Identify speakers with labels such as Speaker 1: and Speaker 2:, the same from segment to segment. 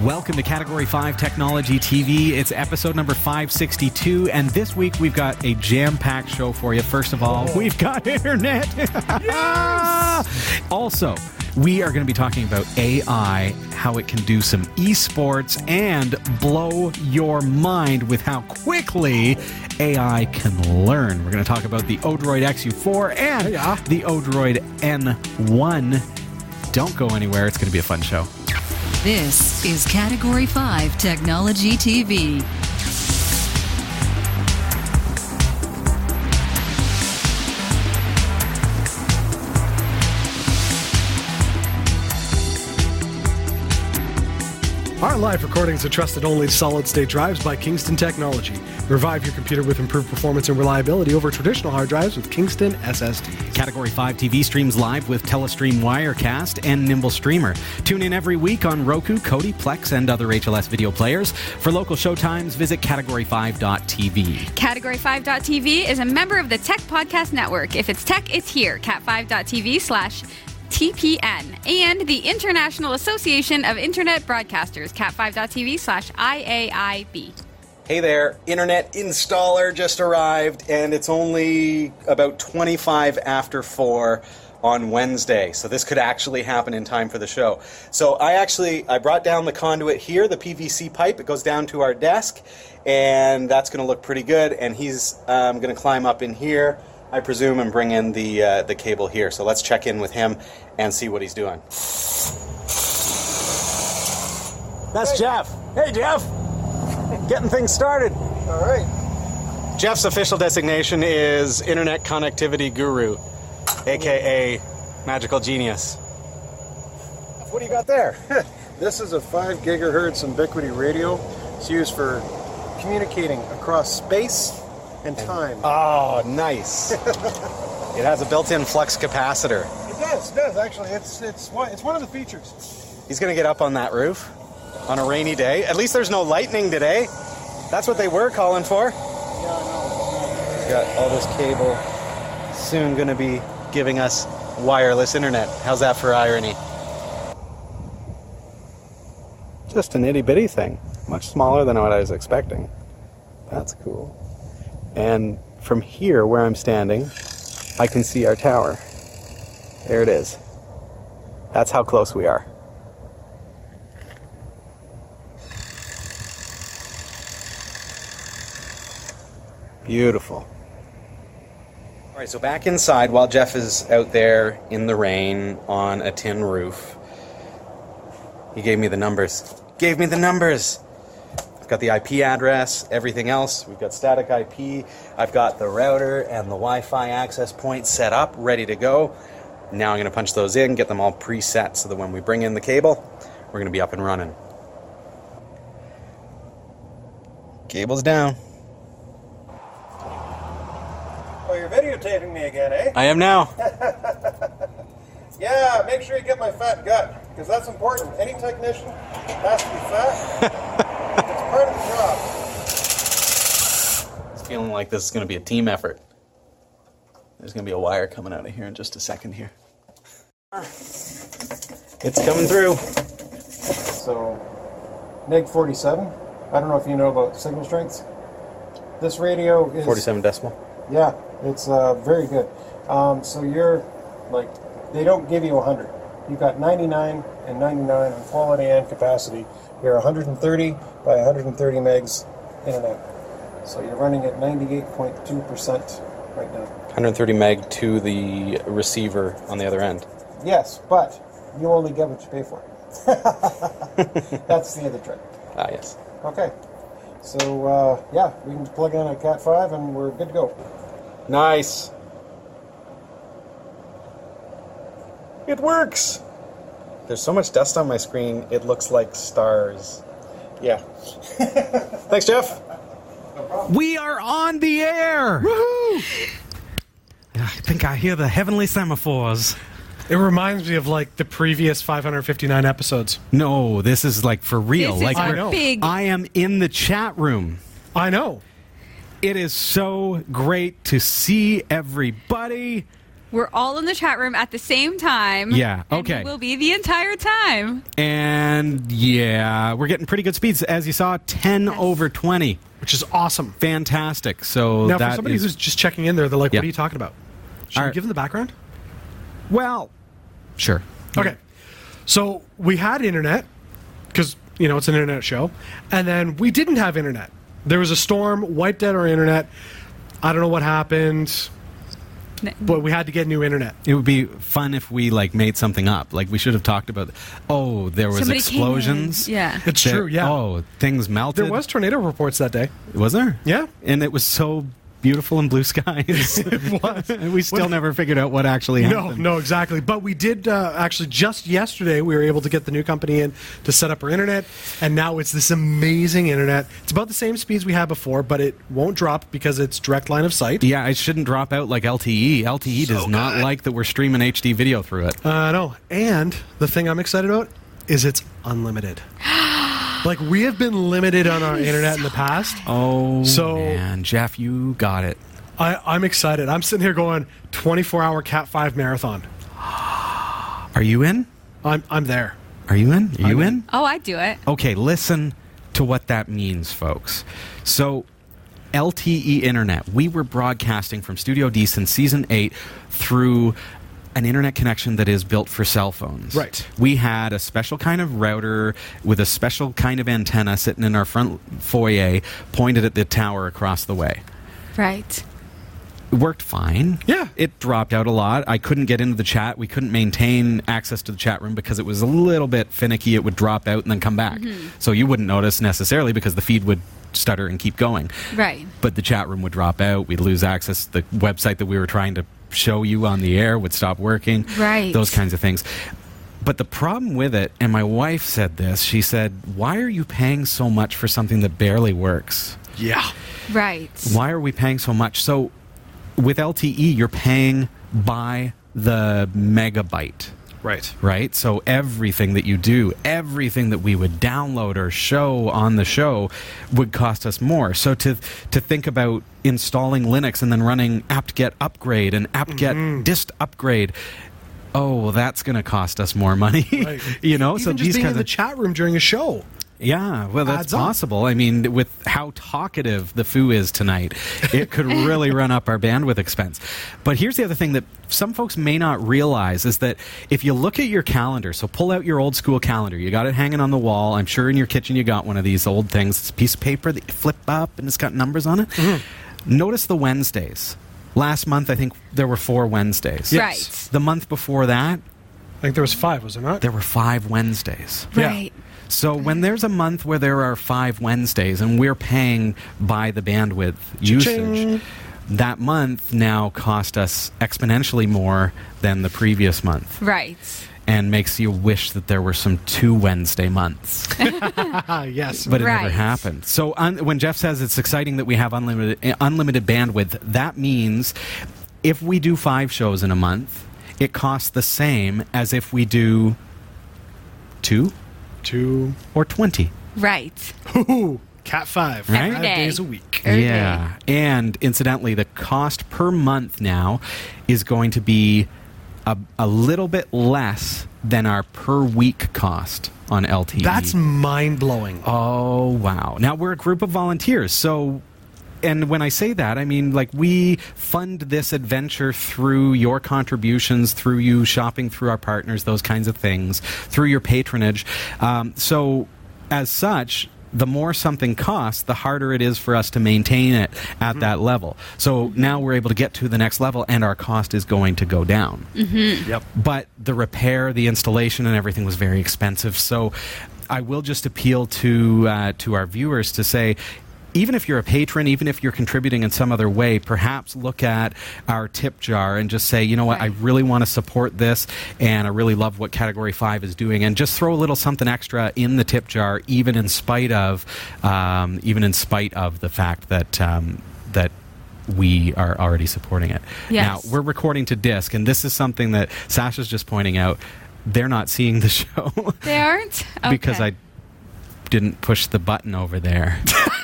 Speaker 1: Welcome to Category 5 Technology TV. It's episode number 562, and this week we've got a jam packed show for you. First of all, we've got internet. also, we are going to be talking about AI, how it can do some esports, and blow your mind with how quickly AI can learn. We're going to talk about the Odroid XU4 and
Speaker 2: Yeah.
Speaker 1: the Odroid N1. Don't go anywhere, it's going to be a fun show.
Speaker 3: This is Category 5 Technology TV.
Speaker 2: Our live recordings are trusted only to solid state drives by Kingston Technology. Revive your computer with improved performance and reliability over traditional hard drives with Kingston SSD.
Speaker 1: Category 5 TV streams live with Telestream Wirecast and Nimble Streamer. Tune in every week on Roku, Kodi, Plex, and other HLS video players. For local showtimes, visit category5.tv.
Speaker 4: Category5.tv is a member of the Tech Podcast Network. If it's tech, it's here. Cat5.tv slash TPN. And the International Association of Internet Broadcasters, cat5.tv slash IAIB.
Speaker 5: Hey there, internet installer just arrived, and it's only about 25 after 4 on Wednesday. So this could actually happen in time for the show. So I actually I brought down the conduit here, the PVC pipe. It goes down to our desk, and that's going to look pretty good. And he's um, going to climb up in here, I presume, and bring in the uh, the cable here. So let's check in with him and see what he's doing. That's Jeff. Hey, Jeff. Getting things started.
Speaker 6: All right.
Speaker 5: Jeff's official designation is Internet Connectivity Guru, aka Magical Genius.
Speaker 6: What do you got there? this is a 5 gigahertz ubiquity radio. It's used for communicating across space and time.
Speaker 5: Oh, nice. it has a built in flux capacitor.
Speaker 6: it does, it does actually. It's it's one it's one of the features.
Speaker 5: He's going to get up on that roof on a rainy day. At least there's no lightning today. That's what they were calling for. He's got all this cable. Soon going to be giving us wireless internet. How's that for irony? Just an itty bitty thing, much smaller than what I was expecting. That's cool. And from here, where I'm standing, I can see our tower. There it is. That's how close we are. Beautiful. All right, so back inside while Jeff is out there in the rain on a tin roof, he gave me the numbers. Gave me the numbers! I've got the IP address, everything else. We've got static IP. I've got the router and the Wi Fi access point set up, ready to go. Now I'm going to punch those in, get them all preset so that when we bring in the cable, we're going to be up and running. Cable's down.
Speaker 6: Oh, you're videotaping me again, eh?
Speaker 5: I am now.
Speaker 6: Yeah, make sure you get my fat gut because that's important. Any technician has to be fat. it's part of the
Speaker 5: It's
Speaker 6: job.
Speaker 5: feeling like this is going to be a team effort. There's going to be a wire coming out of here in just a second here. It's coming through.
Speaker 6: So, Neg 47. I don't know if you know about signal strengths. This radio is
Speaker 5: 47 decimal.
Speaker 6: Yeah, it's uh, very good. Um, so you're like, they don't give you 100. You've got 99 and 99 on quality and capacity. You're 130 by 130 megs internet. So you're running at 98.2% right now.
Speaker 5: 130 meg to the receiver on the other end.
Speaker 6: Yes, but you only get what you pay for. That's the other trick.
Speaker 5: Ah, yes.
Speaker 6: Okay. So uh, yeah, we can plug in a Cat 5 and we're good to go.
Speaker 5: Nice. It works. There's so much dust on my screen, it looks like stars. Yeah. Thanks, Jeff.
Speaker 1: We are on the air!
Speaker 7: I think I hear the heavenly semaphores.
Speaker 2: It reminds me of like the previous 559 episodes.
Speaker 1: No, this is like for real.
Speaker 4: This is
Speaker 1: like
Speaker 2: I
Speaker 1: we're-
Speaker 2: know.
Speaker 4: big.
Speaker 1: I am in the chat room.
Speaker 2: I know.
Speaker 1: It is so great to see everybody.
Speaker 4: We're all in the chat room at the same time.
Speaker 1: Yeah,
Speaker 4: and
Speaker 1: okay.
Speaker 4: We'll be the entire time.
Speaker 1: And yeah, we're getting pretty good speeds. As you saw, 10 over 20.
Speaker 2: which is awesome.
Speaker 1: Fantastic. So
Speaker 2: Now,
Speaker 1: that
Speaker 2: for somebody
Speaker 1: is-
Speaker 2: who's just checking in there, they're like,
Speaker 1: Yeah.
Speaker 2: what are you talking about? Should
Speaker 1: All
Speaker 2: we
Speaker 1: right.
Speaker 2: give them the background?
Speaker 1: well, sure.
Speaker 2: Okay. So we had internet because, you know, it's an internet show. And then we didn't have internet. There was a storm, wiped out our internet. I don't know what happened,
Speaker 4: N-
Speaker 2: but we had to get new internet.
Speaker 1: It would be fun if we like made something up. Like we should have talked about. Oh, there was
Speaker 4: Somebody came in.
Speaker 1: explosions.
Speaker 4: Yeah.
Speaker 2: It's
Speaker 1: There-
Speaker 2: true, yeah.
Speaker 1: Oh, things melted.
Speaker 2: There was tornado reports that day.
Speaker 1: Was there?
Speaker 2: Yeah.
Speaker 1: And it was so beautiful and blue skies. it was. and we still never figured out what actually
Speaker 2: No,
Speaker 1: happened.
Speaker 2: no, exactly. But we did uh, actually just yesterday. We were able to get the new company in to set up our internet, and now it's this amazing internet. It's about the same speeds we had before, but it won't drop because it's direct line of sight.
Speaker 1: Yeah, I shouldn't drop out like E. LTE. LTE does not like that we're streaming HD video through it.
Speaker 2: I know. Uh, And the thing I'm excited about is it's unlimited. like we have been limited on our internet in the past.
Speaker 1: oh,
Speaker 2: So-
Speaker 1: man, Jeff, you got it.
Speaker 2: I, I'm excited. I'm sitting here going 24 hour Cat 5 marathon.
Speaker 1: Are you in?
Speaker 2: I'm I'm there.
Speaker 1: Are you in? Are you in?
Speaker 4: Oh, I do it.
Speaker 1: Okay, listen to what that means, folks. So, LTE internet, we were broadcasting from Studio D since season eight through an internet connection that is built for cell phones.
Speaker 2: Right.
Speaker 1: We had a special kind of router with a special kind of antenna sitting in our front foyer pointed at the tower across the way.
Speaker 4: Right.
Speaker 1: It worked fine.
Speaker 2: Yeah.
Speaker 1: It dropped out a lot. I couldn't get into the chat. We couldn't maintain access to the chat room because it was a little bit finicky. It would drop out and then come back.
Speaker 4: Mm-hmm.
Speaker 1: So you wouldn't notice necessarily because the feed would stutter and keep going.
Speaker 4: Right.
Speaker 1: But the chat room would drop out. We'd lose access. The website that we were trying to show you on the air would stop working.
Speaker 4: Right.
Speaker 1: Those kinds of things. But the problem with it, and my wife said this, she said, Why are you paying so much for something that barely works?
Speaker 2: Yeah.
Speaker 4: Right.
Speaker 1: why are we paying so much? So with LTE, you're paying by the megabyte,
Speaker 2: Right.
Speaker 1: right? So everything that you do, everything that we would download or show on the show would cost us more. So to to think about installing Linux and then running apt-get upgrade and apt-get
Speaker 2: Mm-hmm.
Speaker 1: dist upgrade, oh, well, that's going to cost us more money.
Speaker 2: Right.
Speaker 1: you know,
Speaker 2: Even
Speaker 1: so
Speaker 2: just
Speaker 1: these
Speaker 2: being
Speaker 1: kinds
Speaker 2: in the
Speaker 1: of
Speaker 2: chat room during a show.
Speaker 1: yeah, well, that's
Speaker 2: Adds up.
Speaker 1: possible. I mean, with how talkative the foo is tonight, it could really run up our bandwidth expense. But here's the other thing that some folks may not realize is that if you look at your calendar, so pull out your old school calendar. You got it hanging on the wall. I'm sure in your kitchen you got one of these old things. It's a piece of paper that you flip up and it's got numbers on it.
Speaker 4: Mm-hmm.
Speaker 1: Notice the Wednesdays. Last month, I think there were four Wednesdays.
Speaker 4: Yes. Right.
Speaker 1: The month before that,
Speaker 2: I think there was five, was there not?
Speaker 1: there were five Wednesdays.
Speaker 2: Yeah.
Speaker 4: Right.
Speaker 1: So when there's a month where there are five Wednesdays and we're paying by the bandwidth usage, that month now cost us exponentially more than the previous month
Speaker 4: Right.
Speaker 1: and makes you wish that there were some two Wednesday months.
Speaker 2: Ah, yes.
Speaker 1: But it never
Speaker 4: Right.
Speaker 1: happened. So un- when Jeff says it's exciting that we have unlimited uh, unlimited bandwidth, that means if we do five shows in a month, it costs the same as if we do two
Speaker 2: two
Speaker 1: or twenty.
Speaker 4: Right.
Speaker 2: Ooh, Cat Five.
Speaker 1: Right?
Speaker 2: Five
Speaker 4: Every day.
Speaker 2: days a week.
Speaker 4: Every
Speaker 1: Yeah. And incidentally, the cost per month now is going to be a, a little bit less than our per week cost on E. LTE.
Speaker 2: That's mind blowing.
Speaker 1: Oh, wow. Now we're a group of volunteers. So, and when I say that, I mean like we fund this adventure through your contributions, through you shopping through our partners, those kinds of things, through your patronage. Um, so, as such, the more something costs, the harder it is for us to maintain it at that level. So now we're able to get to the next level, and our cost is going to go down
Speaker 2: Yep.
Speaker 1: but the repair, the installation, and everything was very expensive. So I will just appeal to uh, to our viewers to say. Even if you're a patron, even if you're contributing in some other way, perhaps look at our tip jar and just say, you know what, I
Speaker 4: Right.
Speaker 1: really want to support this and I really love what Category 5 is doing. And just throw a little something extra in the tip jar, even in spite of, um, even in spite of the fact that, um, that we are already supporting it.
Speaker 4: Yes.
Speaker 1: Now, we're recording to disc, and this is something that Sasha's just pointing out. They're not seeing the show
Speaker 4: They aren't?
Speaker 1: because
Speaker 4: Okay.
Speaker 1: I didn't push the button over there.
Speaker 4: Oh,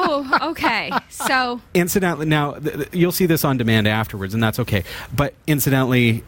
Speaker 4: Oh, okay. So
Speaker 5: incidentally now th- th- you'll see this on demand afterwards and that's okay but incidentally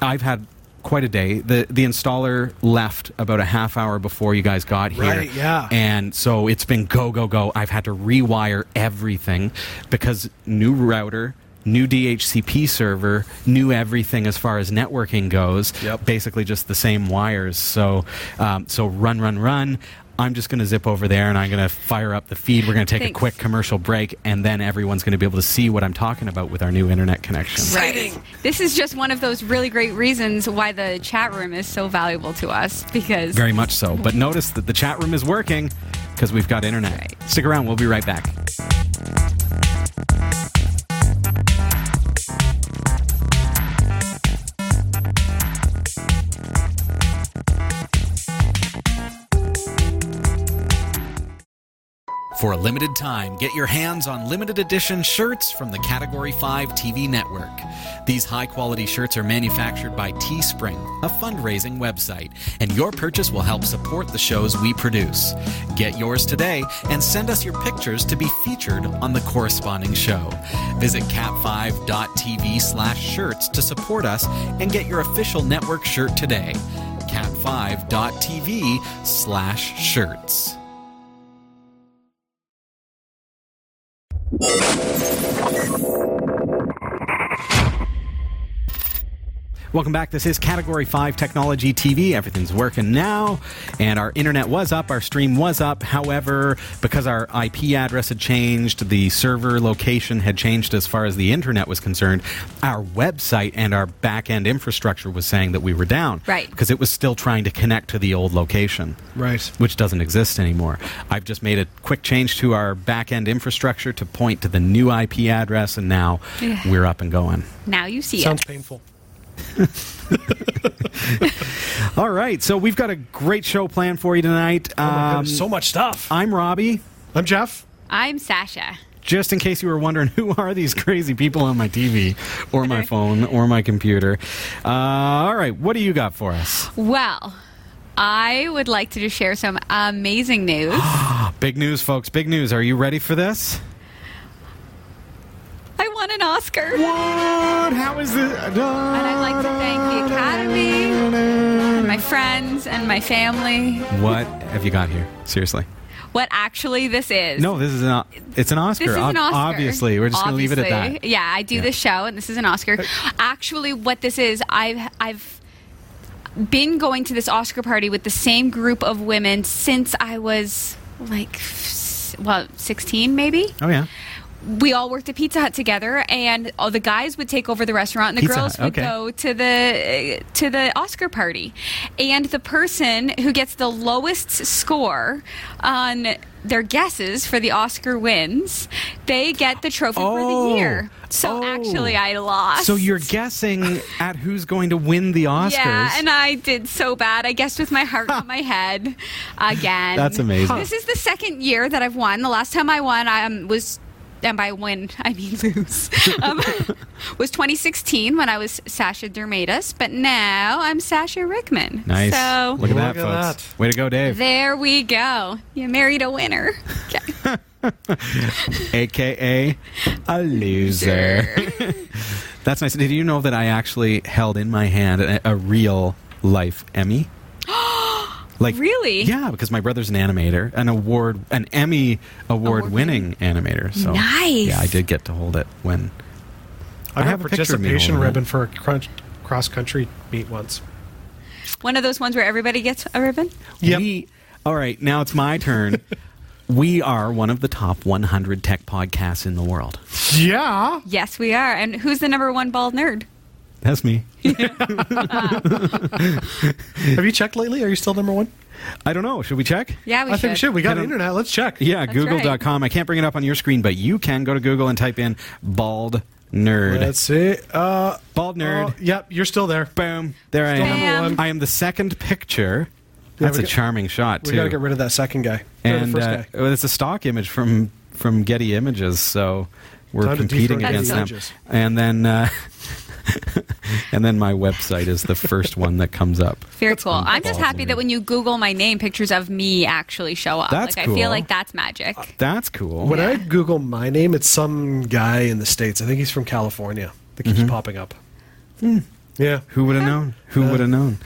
Speaker 5: i've had quite a day the the installer left about a half hour before you guys got here
Speaker 2: Right, yeah.
Speaker 5: and so it's been go go go i've had to rewire everything because new router new dhcp server new everything as far as networking goes
Speaker 2: Yep.
Speaker 5: basically just the same wires so um, so run run run i'm just going to zip over there and i'm going to fire up the feed we're going to take a
Speaker 4: Thanks.
Speaker 5: quick commercial break, and then everyone's going to be able to see what I'm talking about with our new internet connection.
Speaker 4: Right. This is just one of those really great reasons why the chat room is so valuable to us because
Speaker 5: Very much so. But notice that the chat room is working because we've got internet.
Speaker 4: Right.
Speaker 5: Stick around, we'll be right back. For a limited time, get your hands on limited edition shirts from the Category 5 TV network. These high quality shirts are manufactured by Teespring, a fundraising website, and your purchase will help support the shows we produce. Get yours today and send us your pictures to be featured on the corresponding show. Visit cat5.tv slash shirts to support us and get your official network shirt today. cat5.tv slash shirts. Welcome back. This is Category 5 Technology TV. Everything's working now. And our internet was up, our stream was up. However, because our IP address had changed, the server location had changed as far as the internet was concerned, our website and our back end infrastructure was saying that we were down.
Speaker 4: Right.
Speaker 5: Because it was still trying to connect to the old location
Speaker 2: Right.
Speaker 5: which doesn't exist anymore. I've just made a quick change to our back end infrastructure to point to the new IP address, and now
Speaker 4: Yeah.
Speaker 5: we're up and going.
Speaker 4: now you see
Speaker 2: Sounds
Speaker 4: it.
Speaker 2: painful.
Speaker 5: All right, so we've got a great show planned for you tonight.
Speaker 2: Oh my
Speaker 5: Um,
Speaker 2: goodness, so much
Speaker 1: uh,
Speaker 2: stuff.
Speaker 5: I'm Robbie.
Speaker 2: I'm Jeff.
Speaker 4: I'm Sasha.
Speaker 5: Just in case you were wondering, who are these crazy people on my TV or my phone or my computer? Uh, all right, what do you got for us?
Speaker 4: Well, I would like to just share some amazing news.
Speaker 5: Big news, folks. Big news. Are you ready for this?
Speaker 4: I won an Oscar.
Speaker 5: What? How is this? And
Speaker 4: And I'd like to thank the Academy and my friends and my family.
Speaker 5: What have you got here? Seriously.
Speaker 4: What actually this is.
Speaker 5: No, this is an it's an Oscar.
Speaker 4: This is an
Speaker 5: Ob-
Speaker 4: Oscar.
Speaker 5: Obviously, we're just going to leave it at
Speaker 4: Obviously.
Speaker 5: that.
Speaker 4: Yeah, I do
Speaker 5: Yeah. Uh,
Speaker 4: this show, and this is an Oscar. Actually, what this is, I've I've been going to this Oscar party with the same group of women since I was like, s- well, sixteen maybe.
Speaker 5: Oh yeah.
Speaker 4: We all worked at Pizza Hut together, and all the guys would take over the restaurant, and the
Speaker 5: Pizza
Speaker 4: girls
Speaker 5: Hut,
Speaker 4: would
Speaker 5: okay.
Speaker 4: go to the to the Oscar party. And the person who gets the lowest score on their guesses for the Oscar wins, they get the trophy for
Speaker 5: Oh.
Speaker 4: the year. So
Speaker 5: Oh.
Speaker 4: actually, I lost.
Speaker 5: So you're guessing at who's going to win the Oscars?
Speaker 4: Yeah, and I did so bad. I guessed with my heart on my head again.
Speaker 5: That's amazing.
Speaker 4: This is the second year that I've won. The last time I won, I um, was. And by win, I mean lose. Um, was 2016 when I was Sasha Dermatis, but now I'm Sasha Rickman.
Speaker 5: nice.
Speaker 4: So
Speaker 5: Look at that,
Speaker 2: Look at
Speaker 5: folks. Way to go, Dave.
Speaker 4: there we go. You married a winner. Okay.
Speaker 5: AKA a loser. That's nice. Did you know that I actually held in my hand a, a real life Emmy? Like
Speaker 4: Really?
Speaker 5: Yeah, because my brother's an animator, an award, an Emmy award-winning animator. So
Speaker 4: Nice.
Speaker 5: Yeah, I did get to hold it when
Speaker 2: I,
Speaker 5: have
Speaker 2: have
Speaker 5: a
Speaker 2: a
Speaker 5: picture of me
Speaker 2: participation
Speaker 5: holding
Speaker 2: ribbon
Speaker 5: it.
Speaker 2: for a crunch, cross-country meet once.
Speaker 4: One of those ones where everybody gets a ribbon.
Speaker 2: Yep.
Speaker 5: We, all right, now it's my turn. we are one of the top 100 tech podcasts in the world.
Speaker 2: Yeah.
Speaker 4: Yes, we are. And who's the number one bald nerd?
Speaker 5: That's me.
Speaker 2: Have you checked lately? Are you still number one?
Speaker 5: I don't know. Should we check?
Speaker 4: Yeah, we
Speaker 2: I
Speaker 4: should.
Speaker 2: think we should. We got
Speaker 5: Kinda-
Speaker 2: internet. Let's check.
Speaker 5: Yeah,
Speaker 4: That's
Speaker 5: google.com. I can't bring it up on your screen, but you can go to Google and type in bald nerd.
Speaker 2: Let's see. Uh,
Speaker 5: bald nerd.
Speaker 2: oh, yep, you're still there.
Speaker 5: Boom. There I
Speaker 2: Still
Speaker 5: am.
Speaker 4: number
Speaker 2: one.
Speaker 5: I am the second picture.
Speaker 2: Yeah,
Speaker 5: That's
Speaker 2: we
Speaker 5: a
Speaker 2: got-
Speaker 5: charming shot, too.
Speaker 2: We got to get rid of that second guy. Or the
Speaker 5: and
Speaker 2: first
Speaker 5: uh,
Speaker 2: guy.
Speaker 5: well, it's a stock image from from Getty Images, so we're
Speaker 2: Time to
Speaker 5: competing
Speaker 2: dethrone
Speaker 5: against
Speaker 4: Getty
Speaker 5: them.
Speaker 2: Images.
Speaker 5: And then uh, and then my website is the first one that comes up.
Speaker 4: Very cool. I'm just happy that when you Google my name, pictures of me actually show up.
Speaker 5: That's
Speaker 4: like I
Speaker 5: cool.
Speaker 4: feel like that's magic.
Speaker 5: That's cool.
Speaker 2: When I Google my name, it's some guy in the States. I think he's from California that keeps
Speaker 5: Mm-hmm.
Speaker 2: popping up.
Speaker 5: Hmm.
Speaker 2: Yeah.
Speaker 5: Who would have known? Who would have known?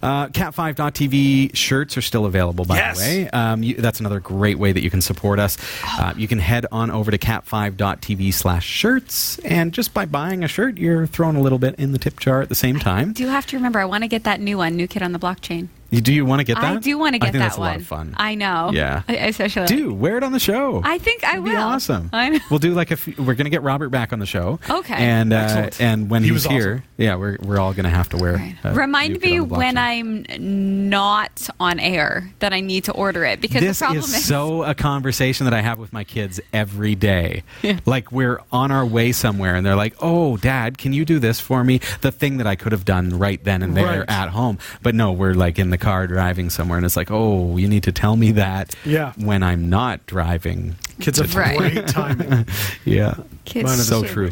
Speaker 5: Uh, Cat5.tv shirts are still available, by
Speaker 2: Yes.
Speaker 5: the way. Um, you, that's another great way that you can support us. Uh, you can head on over to cat5.tv slash shirts, and just by buying a shirt, you're throwing a little bit in the tip jar at the same time.
Speaker 4: Do you have to remember? I want to get that new one, New Kid on the Blockchain.
Speaker 5: You, do you want to get that?
Speaker 4: I do want to
Speaker 5: I
Speaker 4: get
Speaker 5: think
Speaker 4: that
Speaker 5: that's
Speaker 4: one.
Speaker 5: a lot of fun.
Speaker 4: I know.
Speaker 5: Yeah.
Speaker 4: I, especially
Speaker 5: do. Wear it on the show.
Speaker 4: I think I
Speaker 5: It'd
Speaker 4: will.
Speaker 5: Be awesome.
Speaker 4: I know.
Speaker 5: We'll do like if we're gonna get Robert back on the show.
Speaker 4: Okay.
Speaker 5: And uh,
Speaker 2: Excellent.
Speaker 5: and when
Speaker 2: He
Speaker 5: he's
Speaker 2: was
Speaker 5: here,
Speaker 2: awesome.
Speaker 5: yeah, we're we're all gonna have to wear.
Speaker 4: Right.
Speaker 5: uh,
Speaker 4: Remind
Speaker 5: Nuke It
Speaker 4: me
Speaker 5: on the
Speaker 4: when
Speaker 5: Blockchain.
Speaker 4: I'm not on air that I need to order it because
Speaker 5: this
Speaker 4: the problem
Speaker 5: is, so a conversation that I have with my kids every day. Like we're on our way somewhere, and they're like, "Oh, Dad, can you do this for me?" The thing that I could have done right then and there
Speaker 2: Right.
Speaker 5: at home, but no, we're like in the car driving somewhere, and it's like, "Oh, you need to tell me that."
Speaker 2: Yeah.
Speaker 5: When I'm not driving.
Speaker 2: Kids have
Speaker 4: Right.
Speaker 2: great timing.
Speaker 5: Yeah.
Speaker 4: Kids
Speaker 5: so
Speaker 4: should-
Speaker 5: true.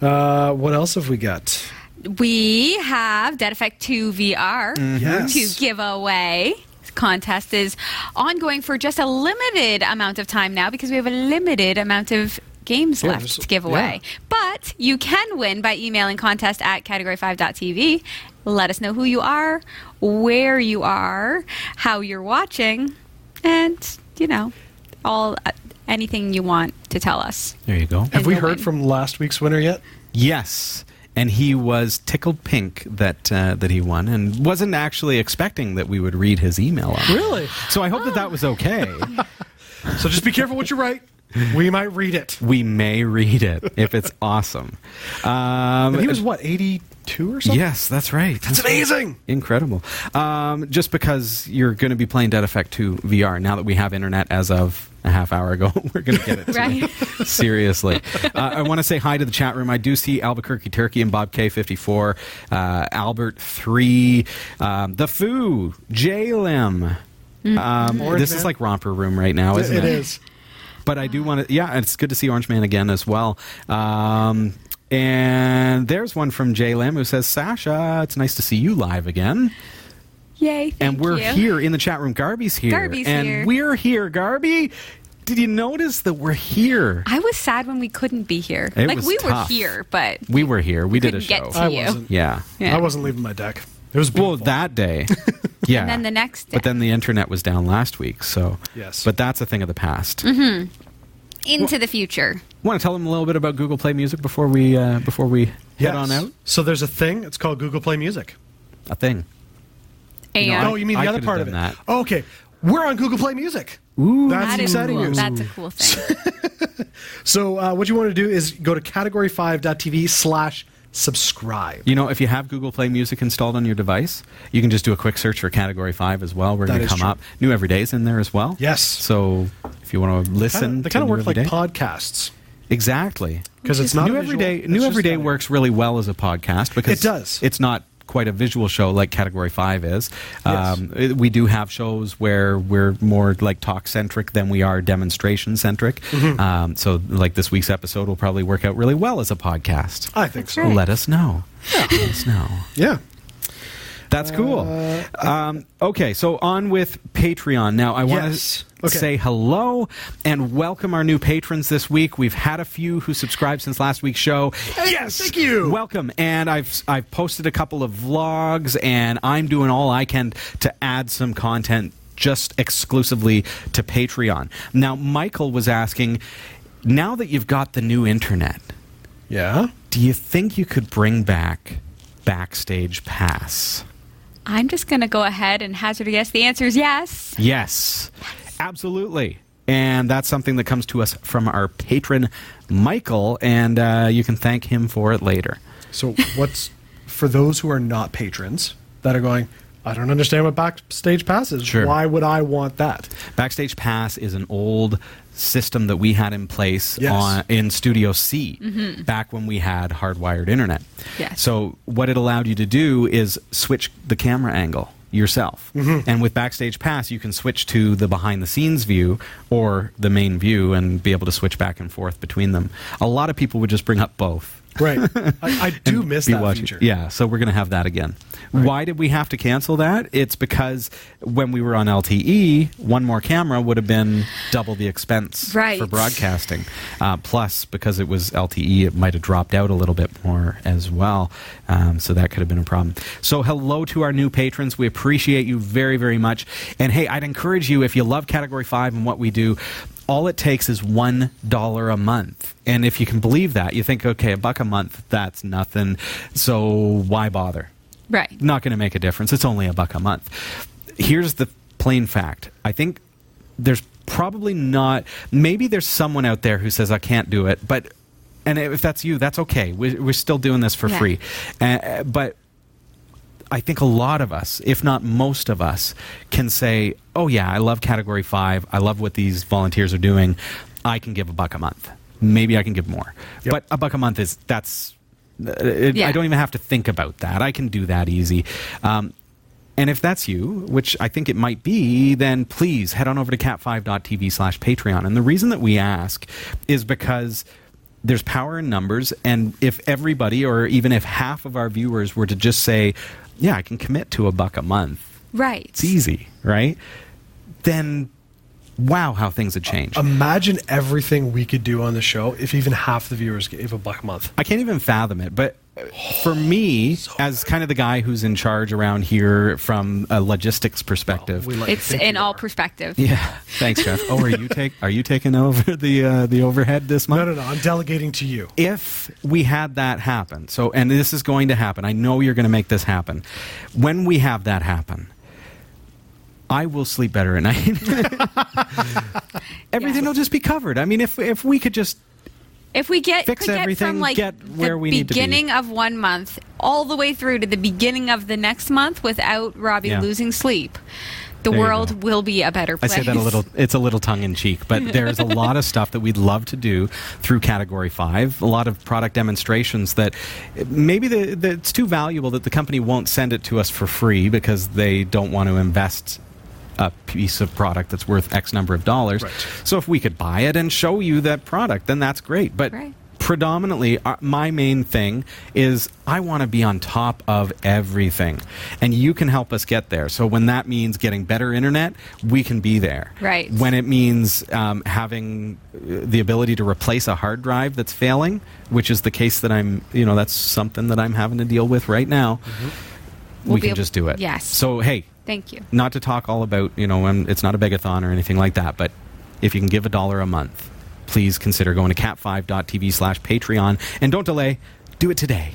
Speaker 2: Uh, what else have we got?
Speaker 4: We have Dead Effect 2 VR
Speaker 5: Mm-hmm.
Speaker 2: Yes.
Speaker 4: to give away. This Contest is ongoing for just a limited amount of time now because we have a limited amount of games
Speaker 2: Yeah, there's-
Speaker 4: left to give away. But you can win by emailing contest at category5.tv. Let us know who you are, where you are, how you're watching, and, you know, all uh, anything you want to tell us.
Speaker 5: There you go.
Speaker 2: Have we
Speaker 4: the
Speaker 2: heard
Speaker 4: win.
Speaker 2: from last week's winner yet?
Speaker 5: Yes, and he was tickled pink that uh, that he won, and wasn't actually expecting that we would read his email. On it.
Speaker 2: Really?
Speaker 5: So I hope that that was okay.
Speaker 2: So just be careful what you write. We might read it.
Speaker 5: we may read it if it's awesome. Um,
Speaker 2: And he was what, 82 or something?
Speaker 5: yes, that's right.
Speaker 2: It's amazing.
Speaker 5: Incredible. Um, just because you're going to be playing Dead Effect 2 VR now that we have internet as of a half hour ago, we're going to get it.
Speaker 4: Right?
Speaker 5: Seriously. Uh, I want to say hi to the chat room. I do see Albuquerque Turkey and Bob K54, uh, Albert 3, um, The Foo, JLM. Um,
Speaker 2: Orange
Speaker 5: this
Speaker 2: Hmm.
Speaker 5: is
Speaker 2: Man.
Speaker 5: like romper room right now, isn't it?
Speaker 2: it is.
Speaker 5: But I do want to, yeah, it's good to see Orange Man again as well. Um, and there's one from Jay Lim who says, Sasha, it's nice to see you live again.
Speaker 4: Yay, thank
Speaker 5: and we're
Speaker 4: you.
Speaker 5: here in the chat room. Garby's here.
Speaker 4: Garby's
Speaker 5: and
Speaker 4: here.
Speaker 5: we're here, Garby. Did you notice that we're here?
Speaker 4: I was sad when we couldn't be here.
Speaker 5: It
Speaker 4: like
Speaker 5: was
Speaker 4: we
Speaker 5: tough.
Speaker 4: were here, but
Speaker 5: We were here. We did
Speaker 4: couldn't
Speaker 5: a show.
Speaker 4: get
Speaker 2: I
Speaker 4: to you.
Speaker 2: wasn't.
Speaker 5: yeah.
Speaker 4: Yeah.
Speaker 2: I wasn't leaving my deck. It was
Speaker 5: Well,
Speaker 2: beautiful.
Speaker 5: that day. Yeah.
Speaker 4: And then the next
Speaker 5: But
Speaker 4: day.
Speaker 5: then the internet was down last week, so.
Speaker 2: Yes.
Speaker 5: But that's a thing of the past.
Speaker 4: Mm-hmm. into the future.
Speaker 5: Want to tell them a little bit about Google Play Music before we uh, before we
Speaker 2: Yes.
Speaker 5: head on out?
Speaker 2: So there's a thing. It's called Google Play Music.
Speaker 5: A thing.
Speaker 4: And
Speaker 5: I-
Speaker 2: oh, you mean the
Speaker 5: I
Speaker 2: other
Speaker 5: could've
Speaker 2: part of it? Oh,
Speaker 5: done that.
Speaker 2: Okay, we're on Google Play Music. Ooh, that's
Speaker 4: that is
Speaker 2: exciting
Speaker 4: cool.
Speaker 2: news.
Speaker 4: That's a cool thing.
Speaker 2: So uh, what you want to do is go to category5.tv slash subscribe.
Speaker 5: You know, if you have Google Play Music installed on your device, you can just do a quick search for Category 5 as well. We're
Speaker 2: That
Speaker 5: going to
Speaker 2: is
Speaker 5: come
Speaker 2: true.
Speaker 5: up. New Every Day's in there as well.
Speaker 2: Yes.
Speaker 5: So if you want to listen,
Speaker 2: Kinda- they kind
Speaker 5: to
Speaker 2: of
Speaker 5: New
Speaker 2: work
Speaker 5: Every
Speaker 2: like
Speaker 5: Day-
Speaker 2: podcasts.
Speaker 5: Exactly.
Speaker 2: 'Cause it's not
Speaker 5: New
Speaker 2: a
Speaker 5: Every
Speaker 2: visual,
Speaker 5: Day.
Speaker 2: it's
Speaker 5: New
Speaker 2: just
Speaker 5: Every Day
Speaker 2: audio.
Speaker 5: works really well as a podcast because
Speaker 2: It does.
Speaker 5: It's not quite a visual show like Category 5 is.
Speaker 2: Yes.
Speaker 5: Um, it- we do have shows where we're more like talk centric than we are demonstration centric.
Speaker 2: Mm-hmm.
Speaker 5: Um, so, like this week's episode will probably work out really well as a podcast.
Speaker 2: I think so.
Speaker 5: Let us know. Let us know.
Speaker 2: Yeah.
Speaker 5: That's cool.
Speaker 2: Uh,
Speaker 5: um, okay, so on with Patreon. Now, I want to
Speaker 2: Yes. Okay.
Speaker 5: say hello and welcome our new patrons this week. We've had a few who subscribed since last week's show.
Speaker 2: Yes. Thank you.
Speaker 5: Welcome, and I've I've posted a couple of vlogs, and I'm doing all I can to add some content just exclusively to Patreon. Now, Michael was asking, now that you've got the new internet,
Speaker 2: yeah.
Speaker 5: do you think you could bring back Backstage Pass?
Speaker 4: I'm just going to go ahead and hazard a guess. The answer is yes.
Speaker 5: Yes, absolutely. And that's something that comes to us from our patron, Michael, and uh, you can thank him for it later.
Speaker 2: So what's for those who are not patrons that are going? I don't understand what backstage pass is.
Speaker 5: Sure.
Speaker 2: Why would I want that?
Speaker 5: Backstage Pass is an old system that we had in place
Speaker 2: Yes.
Speaker 5: on, in Studio C back when we had hardwired internet.
Speaker 4: Yes.
Speaker 5: So, what it allowed you to do is switch the camera angle. yourself. And with Backstage Pass, you can switch to the behind the scenes view or the main view and be able to switch back and forth between them. A lot of people would just bring up both.
Speaker 2: Right. I, I do miss
Speaker 5: be
Speaker 2: that
Speaker 5: watching-
Speaker 2: feature.
Speaker 5: Yeah, so we're going to have that again. Why did we have to cancel that? It's because when we were on LTE, one more camera would have been double the expense
Speaker 4: Right.
Speaker 5: for broadcasting. Uh, plus, because it was LTE, it might have dropped out a little bit more as well. Um, so that could have been a problem. So, hello to our new patrons. We appreciate you very, very much. And hey, I'd encourage you if you love Category 5 and what we do, all it takes is one dollar a month and if you can believe that you think okay a buck a month that's nothing so why bother
Speaker 4: Right.
Speaker 5: not going to make a difference it's only a buck a month here's the plain fact i think there's probably not maybe there's someone out there who says i can't do it but and if that's you that's okay we're, we're still doing this for
Speaker 4: Yeah.
Speaker 5: free uh, but I think a lot of us, if not most of us, can say, "Oh yeah, I love Category Five. I love what these volunteers are doing. I can give a buck a month. Maybe I can give more, but a buck a month is that's. uh, It,
Speaker 4: Yeah.
Speaker 5: I don't even have to think about that. I can do that easy. Um, and if that's you, which I think it might be, then please head on over to cat5.tv slash Patreon. And the reason that we ask is because there's power in numbers. And if everybody, or even if half of our viewers, were to just say, yeah, I can commit to a buck a month,
Speaker 4: Right.
Speaker 5: it's easy, right? Then wow, how things have changed.
Speaker 2: Imagine everything we could do on the show if even half the viewers gave a buck a month.
Speaker 5: I can't even fathom it. But for me, as kind of the guy who's in charge around here from a logistics perspective,
Speaker 2: We let you
Speaker 4: It's
Speaker 2: think
Speaker 4: in
Speaker 2: you
Speaker 4: all
Speaker 2: are.
Speaker 4: perspective.
Speaker 5: Yeah, thanks, Jeff. Oh, are you take are you taking over the uh, the overhead this month?
Speaker 2: No, no, no. I'm delegating to you.
Speaker 5: If we had that happen, so and this is going to happen. I know you're going to make this happen. When we have that happen, I will sleep better at night. Everything
Speaker 4: Yeah.
Speaker 5: will just be covered. I mean, if if we could just
Speaker 4: If we get
Speaker 5: Fix
Speaker 4: could get
Speaker 5: everything,
Speaker 4: from like
Speaker 5: get where
Speaker 4: the
Speaker 5: we need to be.
Speaker 4: beginning of one month all the way through to the beginning of the next month without Robbie
Speaker 5: Yeah.
Speaker 4: losing sleep, the
Speaker 5: There you go.
Speaker 4: world will be a better
Speaker 5: I
Speaker 4: place.
Speaker 5: say that a little. It's a little tongue in cheek, but there's a lot of stuff that we'd love to do through Category Five. A lot of product demonstrations that maybe the, the, it's too valuable that the company won't send it to us for free because they don't want to invest a piece of product that's worth X number of dollars.
Speaker 2: Right.
Speaker 5: So if we could buy it and show you that product, then that's great. But
Speaker 4: Right.
Speaker 5: predominantly uh, my main thing is I want to be on top of everything and you can help us get there. So when that means getting better internet, we can be there.
Speaker 4: Right.
Speaker 5: When it means um, having uh, the ability to replace a hard drive that's failing, which is the case that I'm, you know, that's something that I'm having to deal with right now.
Speaker 4: Mm-hmm. We'll
Speaker 5: we
Speaker 4: be
Speaker 5: can
Speaker 4: able-
Speaker 5: just do it.
Speaker 4: Yes.
Speaker 5: So hey,
Speaker 4: Thank you.
Speaker 5: not to talk all about you know um, it's not a begathon or anything like that but if you can give a dollar a month please consider going to cat5.tv slash patreon and don't delay do it today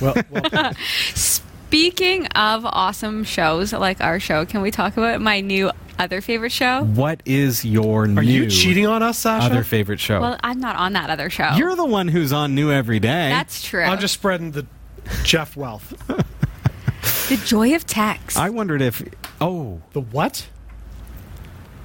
Speaker 2: Well, well
Speaker 4: Speaking of awesome shows like our show, can we talk about my new other favorite show?
Speaker 5: what is your new
Speaker 2: are you cheating on us, Sasha?
Speaker 5: other favorite show
Speaker 4: Well, I'm not on that other show.
Speaker 5: you're the one who's on new every day
Speaker 4: That's true.
Speaker 2: I'm just spreading the Jeff wealth.
Speaker 4: the joy of text.
Speaker 5: i wondered if oh
Speaker 2: The what?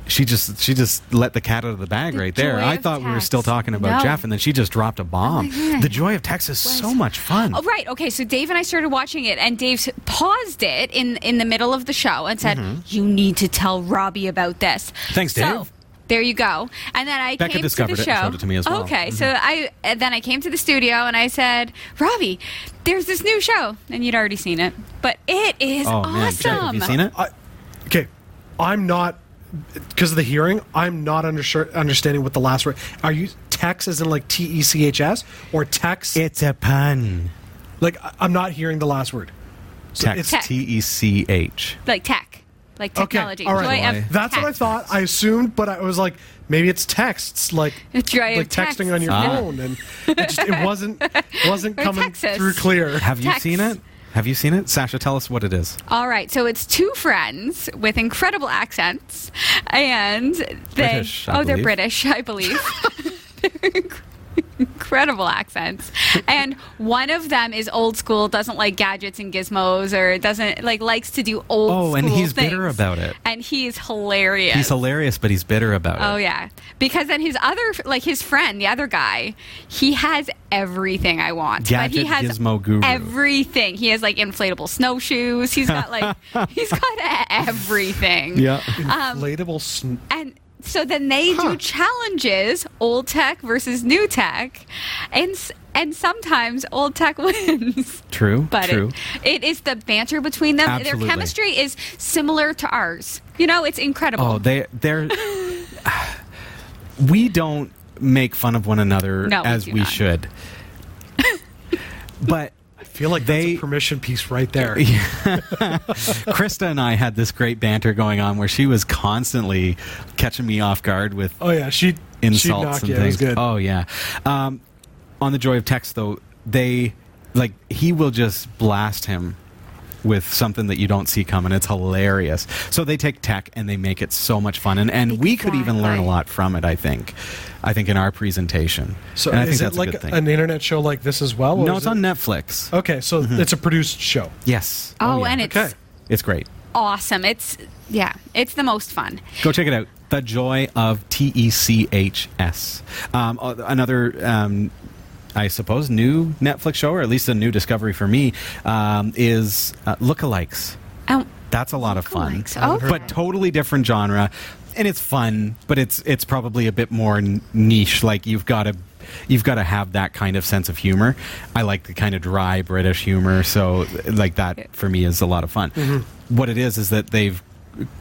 Speaker 5: she just she just let the cat out of the bag
Speaker 4: The
Speaker 5: right there
Speaker 4: joy
Speaker 5: i
Speaker 4: of
Speaker 5: thought we were
Speaker 4: text.
Speaker 5: still talking about
Speaker 4: No.
Speaker 5: jeff and then she just dropped a bomb the joy of texas is so much fun
Speaker 4: Oh, right. Okay. So Dave and I started watching it, and Dave s- paused it in in the middle of the show and said, "You need to tell Robbie about this."
Speaker 5: Mm-hmm. Thanks,
Speaker 4: So,
Speaker 5: Dave.
Speaker 4: There you go. And then I
Speaker 5: Becca
Speaker 4: came
Speaker 5: discovered
Speaker 4: to the
Speaker 5: it
Speaker 4: show.
Speaker 5: and showed it to me as well. Mm-hmm.
Speaker 4: Okay. So I uh, then I came to the studio and I said, "Robbie, there's this new show," and you'd already seen it, but it is
Speaker 5: Oh,
Speaker 4: awesome.
Speaker 5: man Jeff, have you seen it
Speaker 2: I, okay, I'm not because of the hearing. I'm not under, understanding what the last word. Are you text as in like T E C H S or text?
Speaker 5: it's a pun
Speaker 2: like I- I'm not hearing the last word.
Speaker 5: text E
Speaker 4: it's-
Speaker 5: t-e-c-h
Speaker 4: Like tech, like technology.
Speaker 2: Okay, all right.
Speaker 4: Joy of
Speaker 2: That's what I
Speaker 4: text.
Speaker 2: thought. I assumed, but I was like, maybe it's texts, like
Speaker 4: It's joy of
Speaker 2: like texting
Speaker 4: texts.
Speaker 2: on your
Speaker 5: Ah.
Speaker 2: phone, and it, just, it wasn't wasn't
Speaker 4: Or
Speaker 2: coming
Speaker 4: Texas.
Speaker 2: through clear.
Speaker 5: Have you
Speaker 4: Text.
Speaker 5: seen it? Have you seen it? Sasha, tell us what it is.
Speaker 4: All right, so it's two friends with incredible accents, and they
Speaker 5: British, I
Speaker 4: oh, they're
Speaker 5: believe.
Speaker 4: British, I believe. incredible accents. and one of them is old school, doesn't like gadgets and gizmos, or doesn't like likes to do old.
Speaker 1: Oh, and
Speaker 4: school
Speaker 1: he's
Speaker 4: things.
Speaker 1: bitter about it.
Speaker 4: And he's hilarious.
Speaker 1: He's hilarious, but he's bitter about
Speaker 4: Oh
Speaker 1: it.
Speaker 4: yeah, because then his other like his friend, the other guy, he has everything I want. but he
Speaker 5: Gadget
Speaker 4: has
Speaker 5: gizmo guru.
Speaker 4: everything. He has like inflatable snowshoes. He's got like he's got everything.
Speaker 2: Inflatable sn-
Speaker 4: And so then they do challenges, old tech versus new tech, and s- and sometimes old tech wins.
Speaker 5: True.
Speaker 4: But
Speaker 5: true.
Speaker 4: it, it is the banter between them.
Speaker 5: Absolutely.
Speaker 4: Their chemistry is similar to ours. You know, it's incredible.
Speaker 5: Oh, they they're we don't make fun of one another
Speaker 4: No, we
Speaker 5: as
Speaker 4: do
Speaker 5: we
Speaker 4: not.
Speaker 5: should. but
Speaker 2: I feel like
Speaker 5: They-
Speaker 2: that's a permission piece right there.
Speaker 5: Krista and I had this great banter going on where she was constantly catching me off guard with
Speaker 2: Oh yeah, she she
Speaker 5: insults
Speaker 2: knocked
Speaker 5: and
Speaker 2: you. It was
Speaker 5: things.
Speaker 2: good.
Speaker 5: Oh yeah. Um, on the joy of text though, they like he will just blast him with something that you don't see coming. It's hilarious. So they take tech and they make it so much fun, and, and we could even learn a
Speaker 4: Exactly.
Speaker 5: lot from it. I think. I think in our presentation.
Speaker 2: so
Speaker 5: and I
Speaker 2: is
Speaker 5: think that's
Speaker 2: it
Speaker 5: a
Speaker 2: like
Speaker 5: good thing.
Speaker 2: an internet show like this as well? or
Speaker 5: no,
Speaker 2: is
Speaker 5: it's
Speaker 2: it- Oh.
Speaker 5: on Mm-hmm. Netflix.
Speaker 2: Okay, so it's a produced show.
Speaker 5: Yes.
Speaker 4: Oh,
Speaker 5: yeah.
Speaker 4: and it's
Speaker 2: Okay.
Speaker 5: it's great.
Speaker 4: awesome. It's yeah, it's the most fun.
Speaker 5: Go check it out. The Joy of T E C H S. Um, uh, another, um, I suppose, new Netflix show, or at least a new discovery for me, um, is uh, Lookalikes.
Speaker 4: Um,
Speaker 5: That's a lot of fun,
Speaker 4: Lookalikes, okay.
Speaker 5: but totally different genre, and it's fun, but it's it's probably a bit more n- niche. Like you've got to. You've got to have that kind of sense of humor. I like the kind of dry British humor, so like that for me is a lot of fun. What it is is that they've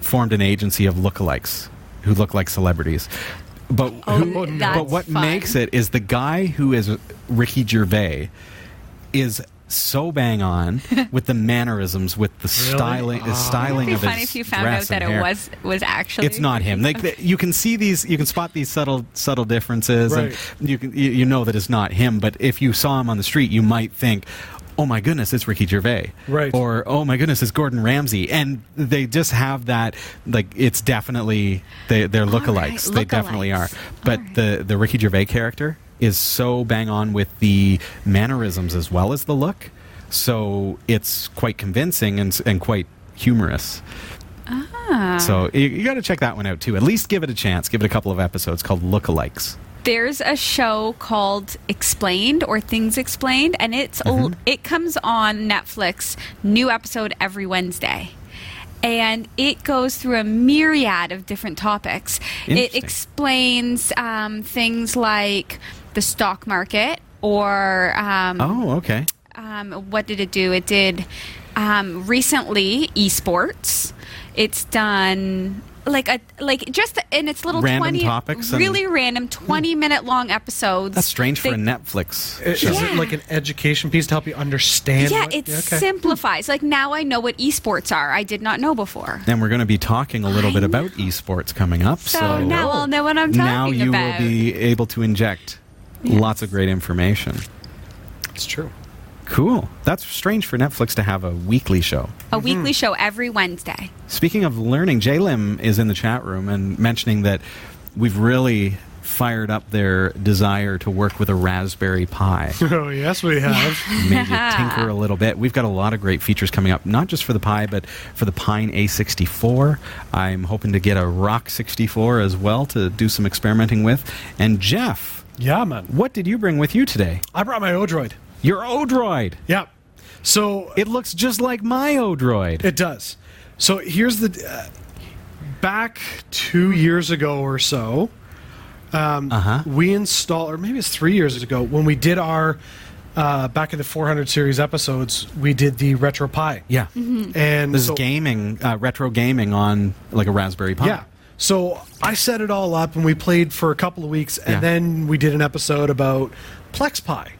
Speaker 5: formed an agency of lookalikes who look like celebrities. But
Speaker 4: Oh,
Speaker 5: who,
Speaker 4: that's
Speaker 5: but what
Speaker 4: fun.
Speaker 5: makes it is the guy who is Ricky Gervais is so bang on with the mannerisms, with the
Speaker 2: Oh,
Speaker 5: styling, the styling
Speaker 4: It'd be
Speaker 5: of his
Speaker 4: funny if you found out
Speaker 5: dress
Speaker 4: that
Speaker 5: and hair.
Speaker 4: it was was actually.
Speaker 5: It's not him. Like th- you can see these, you can spot these subtle subtle differences,
Speaker 2: Right.
Speaker 5: and you can you, you know that it's not him. But if you saw him on the street, you might think. Oh my goodness, it's Ricky Gervais.
Speaker 2: Right.
Speaker 5: Or, oh my goodness, it's Gordon Ramsay. And they just have that, like, it's definitely, they, they're lookalikes. They definitely are.
Speaker 4: lookalikes.
Speaker 5: But
Speaker 4: All right.
Speaker 5: the, the Ricky Gervais character is so bang on with the mannerisms as well as the look. So it's quite convincing and, s- and quite humorous.
Speaker 4: Ah.
Speaker 5: So you, you got to check that one out too. At least give it a chance. Give it a couple of episodes called Lookalikes.
Speaker 4: There's a show called Explained or Things Explained, and it's
Speaker 5: Mm-hmm.
Speaker 4: old, it comes on Netflix. New episode every Wednesday. And it goes through a myriad of different topics. It
Speaker 5: Interesting.
Speaker 4: explains um, things like the stock market or um,
Speaker 5: Oh, okay.
Speaker 4: um, what did it do? It did um, recently esports. It's done like a like just in its little
Speaker 5: Random
Speaker 4: twenty
Speaker 5: topics and- Hmm.
Speaker 4: really random twenty minute long episodes.
Speaker 5: That's strange for
Speaker 4: They-
Speaker 5: a Netflix.
Speaker 2: Is
Speaker 5: show.
Speaker 2: it
Speaker 4: Yeah.
Speaker 2: like an education piece to help you understand?
Speaker 4: Yeah,
Speaker 2: what-
Speaker 4: it
Speaker 2: okay.
Speaker 4: simplifies. Like now I know what esports are. I did not know before.
Speaker 5: And we're going to be talking a little
Speaker 4: I
Speaker 5: bit
Speaker 4: know.
Speaker 5: about esports coming up. So,
Speaker 4: So, now I'll know what I'm talking
Speaker 5: now you
Speaker 4: about.
Speaker 5: will be able to inject lots of great information.
Speaker 2: It's true.
Speaker 5: Cool. That's strange for Netflix to have a weekly show.
Speaker 4: a weekly show every Wednesday.
Speaker 5: Speaking of learning, Lim is in the chat room and mentioning that we've really fired up their desire to work with a Raspberry Pi.
Speaker 2: Oh yes, we have.
Speaker 5: made you tinker a little bit. We've got a lot of great features coming up, not just for the Pi, but for the Pine A64. I'm hoping to get a Rock 64 as well to do some experimenting with. And Jeff,
Speaker 2: Yeah, man.
Speaker 5: what did you bring with you today?
Speaker 2: I brought my Odroid.
Speaker 5: Your Odroid.
Speaker 2: Yeah. So
Speaker 5: It looks just like my Odroid.
Speaker 2: It does. So here's the uh, back two years ago or so. Um,
Speaker 5: Uh-huh.
Speaker 2: We installed, or maybe it's three years ago, when we did our uh, back in the 400 series episodes, we did the RetroPie.
Speaker 5: yeah.
Speaker 2: and
Speaker 5: This
Speaker 2: so-
Speaker 5: is gaming, uh, retro gaming on like a Raspberry Pi.
Speaker 2: Yeah. So I set it all up and we played for a couple of weeks, and
Speaker 5: Yeah.
Speaker 2: then we did an episode about Plex Pi,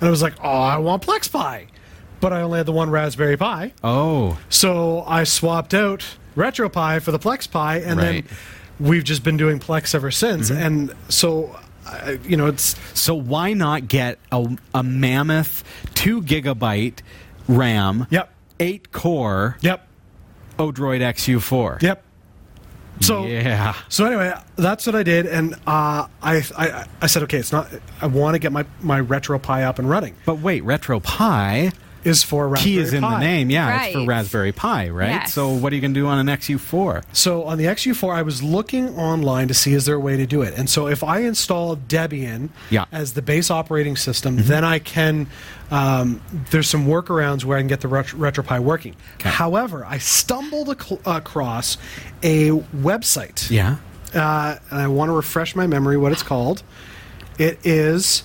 Speaker 2: and I was like, oh, I want Plex Pi, but I only had the one Raspberry Pi.
Speaker 5: Oh,
Speaker 2: So I swapped out RetroPie for the Plex Pi, and
Speaker 5: Right. Mm-hmm.
Speaker 2: then we've just been doing Plex ever since. And so, uh, you know, it's
Speaker 5: so why not get a, a mammoth two gigabyte RAM?
Speaker 2: Yep.
Speaker 5: Eight core
Speaker 2: yep,
Speaker 5: Odroid XU4.
Speaker 2: yep. So
Speaker 5: Yeah.
Speaker 2: So anyway, that's what I did, and uh, I, I I said, okay, it's not. I want to get my my RetroPie up and running.
Speaker 5: But wait, Retro Pie
Speaker 2: Is for Raspberry
Speaker 5: key is in the
Speaker 2: Pi.
Speaker 5: name. Yeah, it's for
Speaker 4: Right.
Speaker 5: Raspberry Pi, right?
Speaker 4: Yes.
Speaker 5: So what are you going to do on an XU4?
Speaker 2: So on the XU4, I was looking online to see is there a way to do it. And so if I install Debian
Speaker 5: Yeah. Mm-hmm.
Speaker 2: as the base operating system, then I can. Um, there's some workarounds where I can get the ret- RetroPie working. However, I stumbled ac- across a website.
Speaker 5: Yeah.
Speaker 2: Uh, and I want to refresh my memory what it's called. It is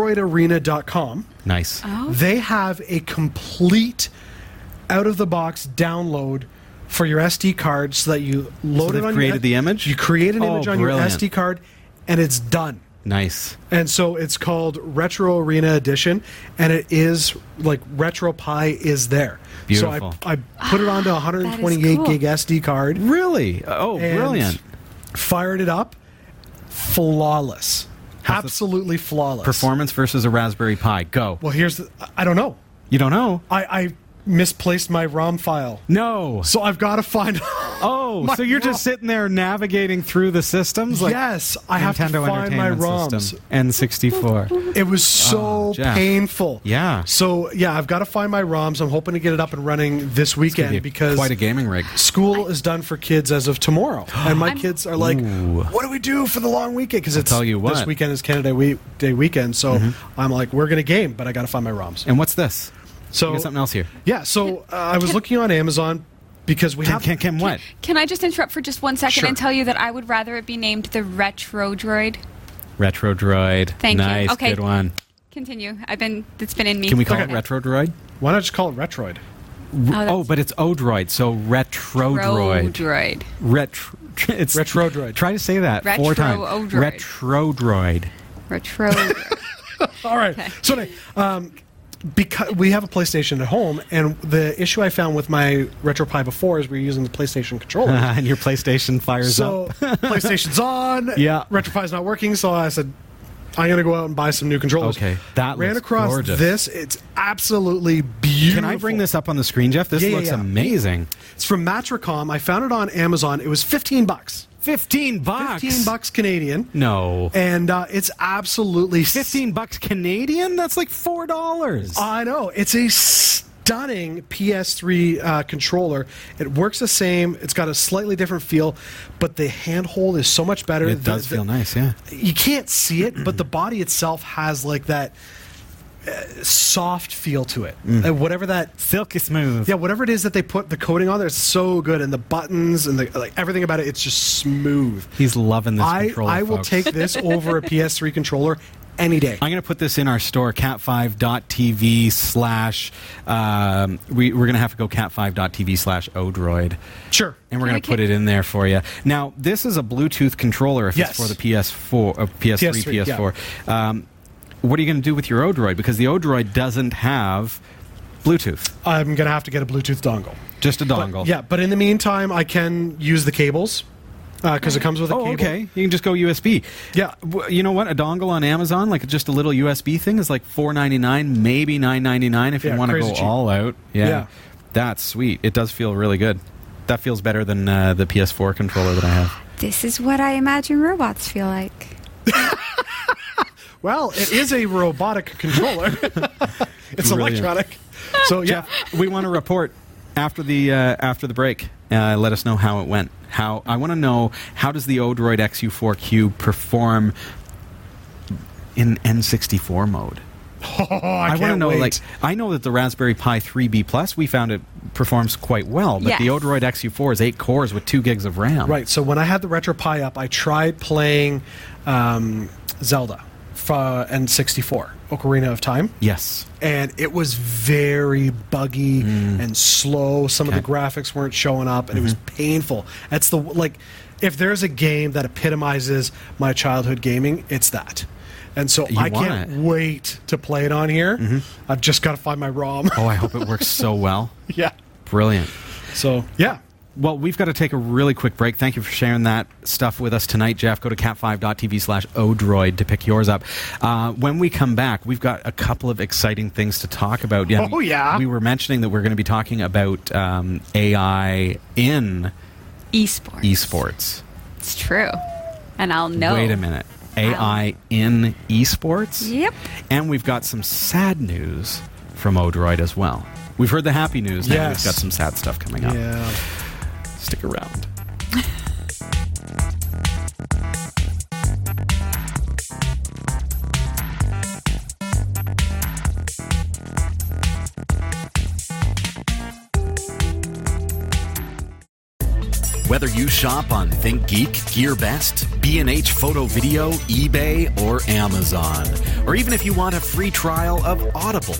Speaker 2: odroidarena.com.
Speaker 5: Nice.
Speaker 4: Uh-huh.
Speaker 2: They have a complete out of the box download for your SD card so that you load
Speaker 5: they've
Speaker 2: it on your,
Speaker 5: created the image?
Speaker 2: You create an
Speaker 5: Oh,
Speaker 2: image on
Speaker 5: brilliant.
Speaker 2: your SD card and it's done.
Speaker 5: Nice.
Speaker 2: And so it's called Retro Arena Edition and it is like RetroPie is there.
Speaker 5: Beautiful.
Speaker 2: So I, I put it onto a 128
Speaker 4: cool.
Speaker 2: gig SD card
Speaker 5: Really? Oh,
Speaker 2: and
Speaker 5: brilliant.
Speaker 2: Fired it up, flawless, absolutely flawless.
Speaker 5: Performance versus a Raspberry Pi. Go.
Speaker 2: Well, here's the, I don't know.
Speaker 5: You don't know?
Speaker 2: I, I misplaced my ROM file,
Speaker 5: No.
Speaker 2: so I've got to find.
Speaker 5: Oh,
Speaker 2: My
Speaker 5: so you're
Speaker 2: ROM.
Speaker 5: just sitting there navigating through the systems? Like
Speaker 2: yes, I have to
Speaker 5: Nintendo
Speaker 2: find my
Speaker 5: Entertainment
Speaker 2: ROMs.
Speaker 5: System, N64.
Speaker 2: It was so
Speaker 5: Oh, Jeff.
Speaker 2: painful.
Speaker 5: Yeah.
Speaker 2: So yeah, I've got to find my ROMs. I'm hoping to get it up and running this weekend because
Speaker 5: Quite a gaming rig.
Speaker 2: School is done for kids as of tomorrow, and my
Speaker 4: I'm-
Speaker 2: kids are like,
Speaker 5: Ooh.
Speaker 2: "What do we do for the long weekend?" Because it's
Speaker 5: tell you
Speaker 2: this
Speaker 5: what. Mm-hmm.
Speaker 2: weekend is Canada we- Day weekend, so I'm like, "We're gonna game," but I gotta find my ROMs.
Speaker 5: And what's this?
Speaker 2: so
Speaker 5: you got something else here.
Speaker 2: Yeah, so uh, I was looking on Amazon because we
Speaker 5: Kim,
Speaker 2: have
Speaker 5: Kim, Kim, what?
Speaker 4: Can I just interrupt for just one second
Speaker 2: Sure.
Speaker 4: and tell you that I would rather it be named the Retro Droid?
Speaker 5: Retro Droid.
Speaker 4: Thank you.
Speaker 5: nice,
Speaker 4: Okay.
Speaker 5: Good one.
Speaker 4: Continue. I've been. It's been in me.
Speaker 5: Can we call
Speaker 4: Okay.
Speaker 5: it Retro Droid?
Speaker 2: Why not just call it Retroid?
Speaker 4: that's-
Speaker 5: Oh, but it's Odroid, so Retro
Speaker 4: Retro
Speaker 5: Droid.
Speaker 4: Droid.
Speaker 5: Retro. It's
Speaker 2: Retro Droid.
Speaker 5: Try to say that four
Speaker 4: Retro
Speaker 5: times.
Speaker 4: Odroid.
Speaker 5: Retro Droid.
Speaker 4: Retro. Droid.
Speaker 2: All right. So anyway, um, because we have a PlayStation at home, and the issue I found with my RetroPie before is we were using the PlayStation controller.
Speaker 5: and your PlayStation fires
Speaker 2: So
Speaker 5: up.
Speaker 2: PlayStation's on.
Speaker 5: Yeah.
Speaker 2: RetroPie's not working, so I said, I'm going to go out and buy some new controllers.
Speaker 5: Okay, that
Speaker 2: ran
Speaker 5: looks
Speaker 2: across
Speaker 5: gorgeous.
Speaker 2: this. It's absolutely beautiful.
Speaker 5: Can I bring this up on the screen, Jeff? This
Speaker 2: Yeah, yeah,
Speaker 5: looks
Speaker 2: yeah.
Speaker 5: amazing.
Speaker 2: It's from Matricom. I found it on Amazon. It was 15 bucks.
Speaker 5: Fifteen bucks.
Speaker 2: 15 bucks Canadian.
Speaker 5: No.
Speaker 2: And uh, it's absolutely s-
Speaker 5: Fifteen bucks Canadian. That's like four dollars.
Speaker 2: I know. It's a stunning PS3 uh, controller. It works the same. It's got a slightly different feel, but the handhold is so much better.
Speaker 5: it
Speaker 2: The-
Speaker 5: does
Speaker 2: the-
Speaker 5: feel nice, yeah.
Speaker 2: You can't see it, but the body itself has like that uh, soft feel to it.
Speaker 5: Mm.
Speaker 2: Uh, whatever that.
Speaker 5: Silky smooth.
Speaker 2: Yeah, whatever it is that they put the coating on there, it's so good, and the buttons and the like everything about it, it's just smooth.
Speaker 5: He's loving this
Speaker 2: I
Speaker 5: controller.
Speaker 2: I will
Speaker 5: folks.
Speaker 2: take this over a PS3 controller any day.
Speaker 5: I'm going to put this in our store, cat5.tv slash. Um, we, we're going to have to go cat5.tv slash odroid.
Speaker 2: Sure.
Speaker 5: And we're
Speaker 4: Can
Speaker 5: going
Speaker 4: I
Speaker 5: to put
Speaker 4: kick-
Speaker 5: it in there for you. Now, this is a Bluetooth controller if
Speaker 2: Yes.
Speaker 5: it's for the PS4, uh, PS3,
Speaker 2: PS3, yeah.
Speaker 5: PS4. Um, what are you going to do with your odroid? Because the odroid doesn't have Bluetooth,
Speaker 2: I'm gonna have to get a Bluetooth dongle.
Speaker 5: just a
Speaker 2: But-
Speaker 5: dongle.
Speaker 2: yeah, but in the meantime, I can use the cables because it comes with a
Speaker 5: Oh,
Speaker 2: cable.
Speaker 5: okay. You can just go USB.
Speaker 2: Yeah.
Speaker 5: W- You know what? A dongle on Amazon, like just a little USB thing, is like four ninety nine, maybe nine ninety nine if
Speaker 2: Yeah,
Speaker 5: you want to
Speaker 2: crazy
Speaker 5: go
Speaker 2: cheap.
Speaker 5: all out. Yeah.
Speaker 2: Yeah.
Speaker 5: That's sweet. It does feel really good. That feels better than uh, the PS4 controller that I have.
Speaker 4: this is what I imagine robots feel like.
Speaker 2: Well, it is a robotic controller. it's
Speaker 5: Brilliant.
Speaker 2: electronic. So yeah,
Speaker 5: we want to report after the uh, after the break. Uh, let us know how it went. How I want to know how does the Odroid XU4Q perform in N64 mode?
Speaker 2: oh, I,
Speaker 5: I
Speaker 2: want to
Speaker 5: know,
Speaker 2: wait.
Speaker 5: like, I know that the Raspberry Pi 3B Plus, we found it performs quite well, but
Speaker 4: Yes.
Speaker 5: the Odroid XU4 is eight cores with two gigs of RAM.
Speaker 2: right. So when I had the RetroPie up, I tried playing um, Zelda for N64, Ocarina of Time.
Speaker 5: Yes.
Speaker 2: and it was very buggy and slow. Some of
Speaker 5: Mm. Okay. Mm-hmm.
Speaker 2: the graphics weren't showing up, and it was painful. That's the like, if there's a game that epitomizes my childhood gaming, it's that. And so
Speaker 5: You
Speaker 2: I
Speaker 5: want
Speaker 2: can't
Speaker 5: it. Mm-hmm.
Speaker 2: wait to play it on here. I've just got to find my ROM.
Speaker 5: Oh, I hope it works so well.
Speaker 2: yeah.
Speaker 5: Brilliant.
Speaker 2: So yeah.
Speaker 5: Well, we've got to take a really quick break. Thank you for sharing that stuff with us tonight, Jeff. Go to cat5.tv slash odroid to pick yours up. Uh, when we come back, we've got a couple of exciting things to talk about. Yeah,
Speaker 2: Oh, yeah.
Speaker 5: We were mentioning that we're going to be talking about um, AI in
Speaker 4: Esports.
Speaker 5: esports.
Speaker 4: It's true. And I'll know.
Speaker 5: Wait a minute. AI in esports?
Speaker 4: Yep.
Speaker 5: And we've got some sad news from Odroid as well. We've heard the happy news. Now we've
Speaker 2: Yes.
Speaker 5: got some sad stuff coming up.
Speaker 2: Yeah.
Speaker 5: Stick around.
Speaker 1: Whether you shop on Think Geek, GearBest, B&H Photo Video, eBay, or Amazon, or even if you want a free trial of Audible,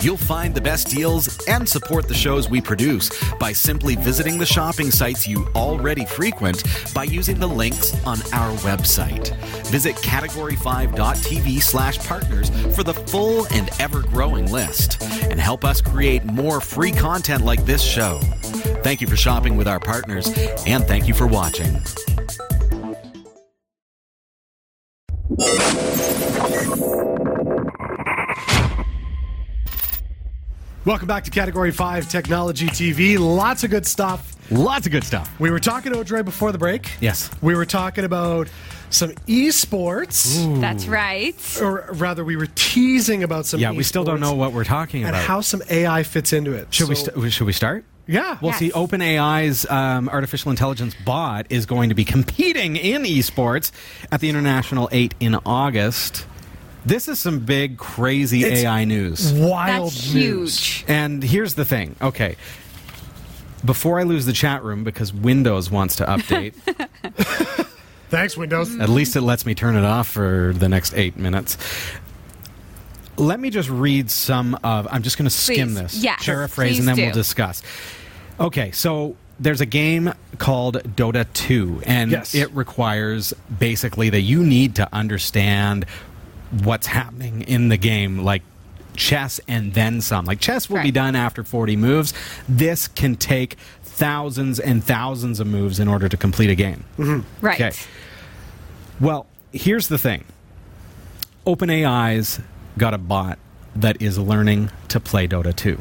Speaker 1: you'll find the best deals and support the shows we produce by simply visiting the shopping sites you already frequent by using the links on our website. Visit category5.tv slash partners for the full and ever-growing list and help us create more free content like this show. Thank you for shopping with our partners, and thank you for watching.
Speaker 2: Welcome back to Category 5 Technology TV. Lots of good stuff.
Speaker 5: Lots of good stuff.
Speaker 2: We were talking to Odre before the break.
Speaker 5: Yes.
Speaker 2: We were talking about some esports,
Speaker 4: That's right.
Speaker 2: or rather, we were teasing about some
Speaker 5: Yeah, we still don't
Speaker 2: esports
Speaker 5: know what we're talking
Speaker 2: and
Speaker 5: about.
Speaker 2: how some AI fits into it.
Speaker 5: should we
Speaker 2: So-
Speaker 5: st- should we start?
Speaker 2: Yeah.
Speaker 5: Well,
Speaker 4: Yes.
Speaker 5: see, OpenAI's um, artificial intelligence bot is going to be competing in esports at the International 8 in August. This is some big, crazy
Speaker 2: It's-
Speaker 5: AI news.
Speaker 2: Wild
Speaker 4: That's
Speaker 2: news.
Speaker 4: huge.
Speaker 5: And here's the thing. Okay. Before I lose the chat room, because Windows wants to update,
Speaker 2: Thanks,
Speaker 4: Mm-hmm.
Speaker 2: Windows.
Speaker 5: at least it lets me turn it off for the next eight minutes. Let me just read some of. I'm just going to skim
Speaker 4: Please.
Speaker 5: this,
Speaker 4: Yes.
Speaker 5: paraphrase,
Speaker 4: Please
Speaker 5: and then
Speaker 4: do.
Speaker 5: we'll discuss. Okay, so there's a game called Dota 2, and
Speaker 2: Yes.
Speaker 5: it requires basically that you need to understand what's happening in the game, like chess and then some. Like chess will be
Speaker 4: Correct.
Speaker 5: done after 40 moves. This can take thousands and thousands of moves in order to complete a game.
Speaker 4: Right.
Speaker 5: Okay. Well, here's the thing. OpenAI's got a bot that is learning to play Dota 2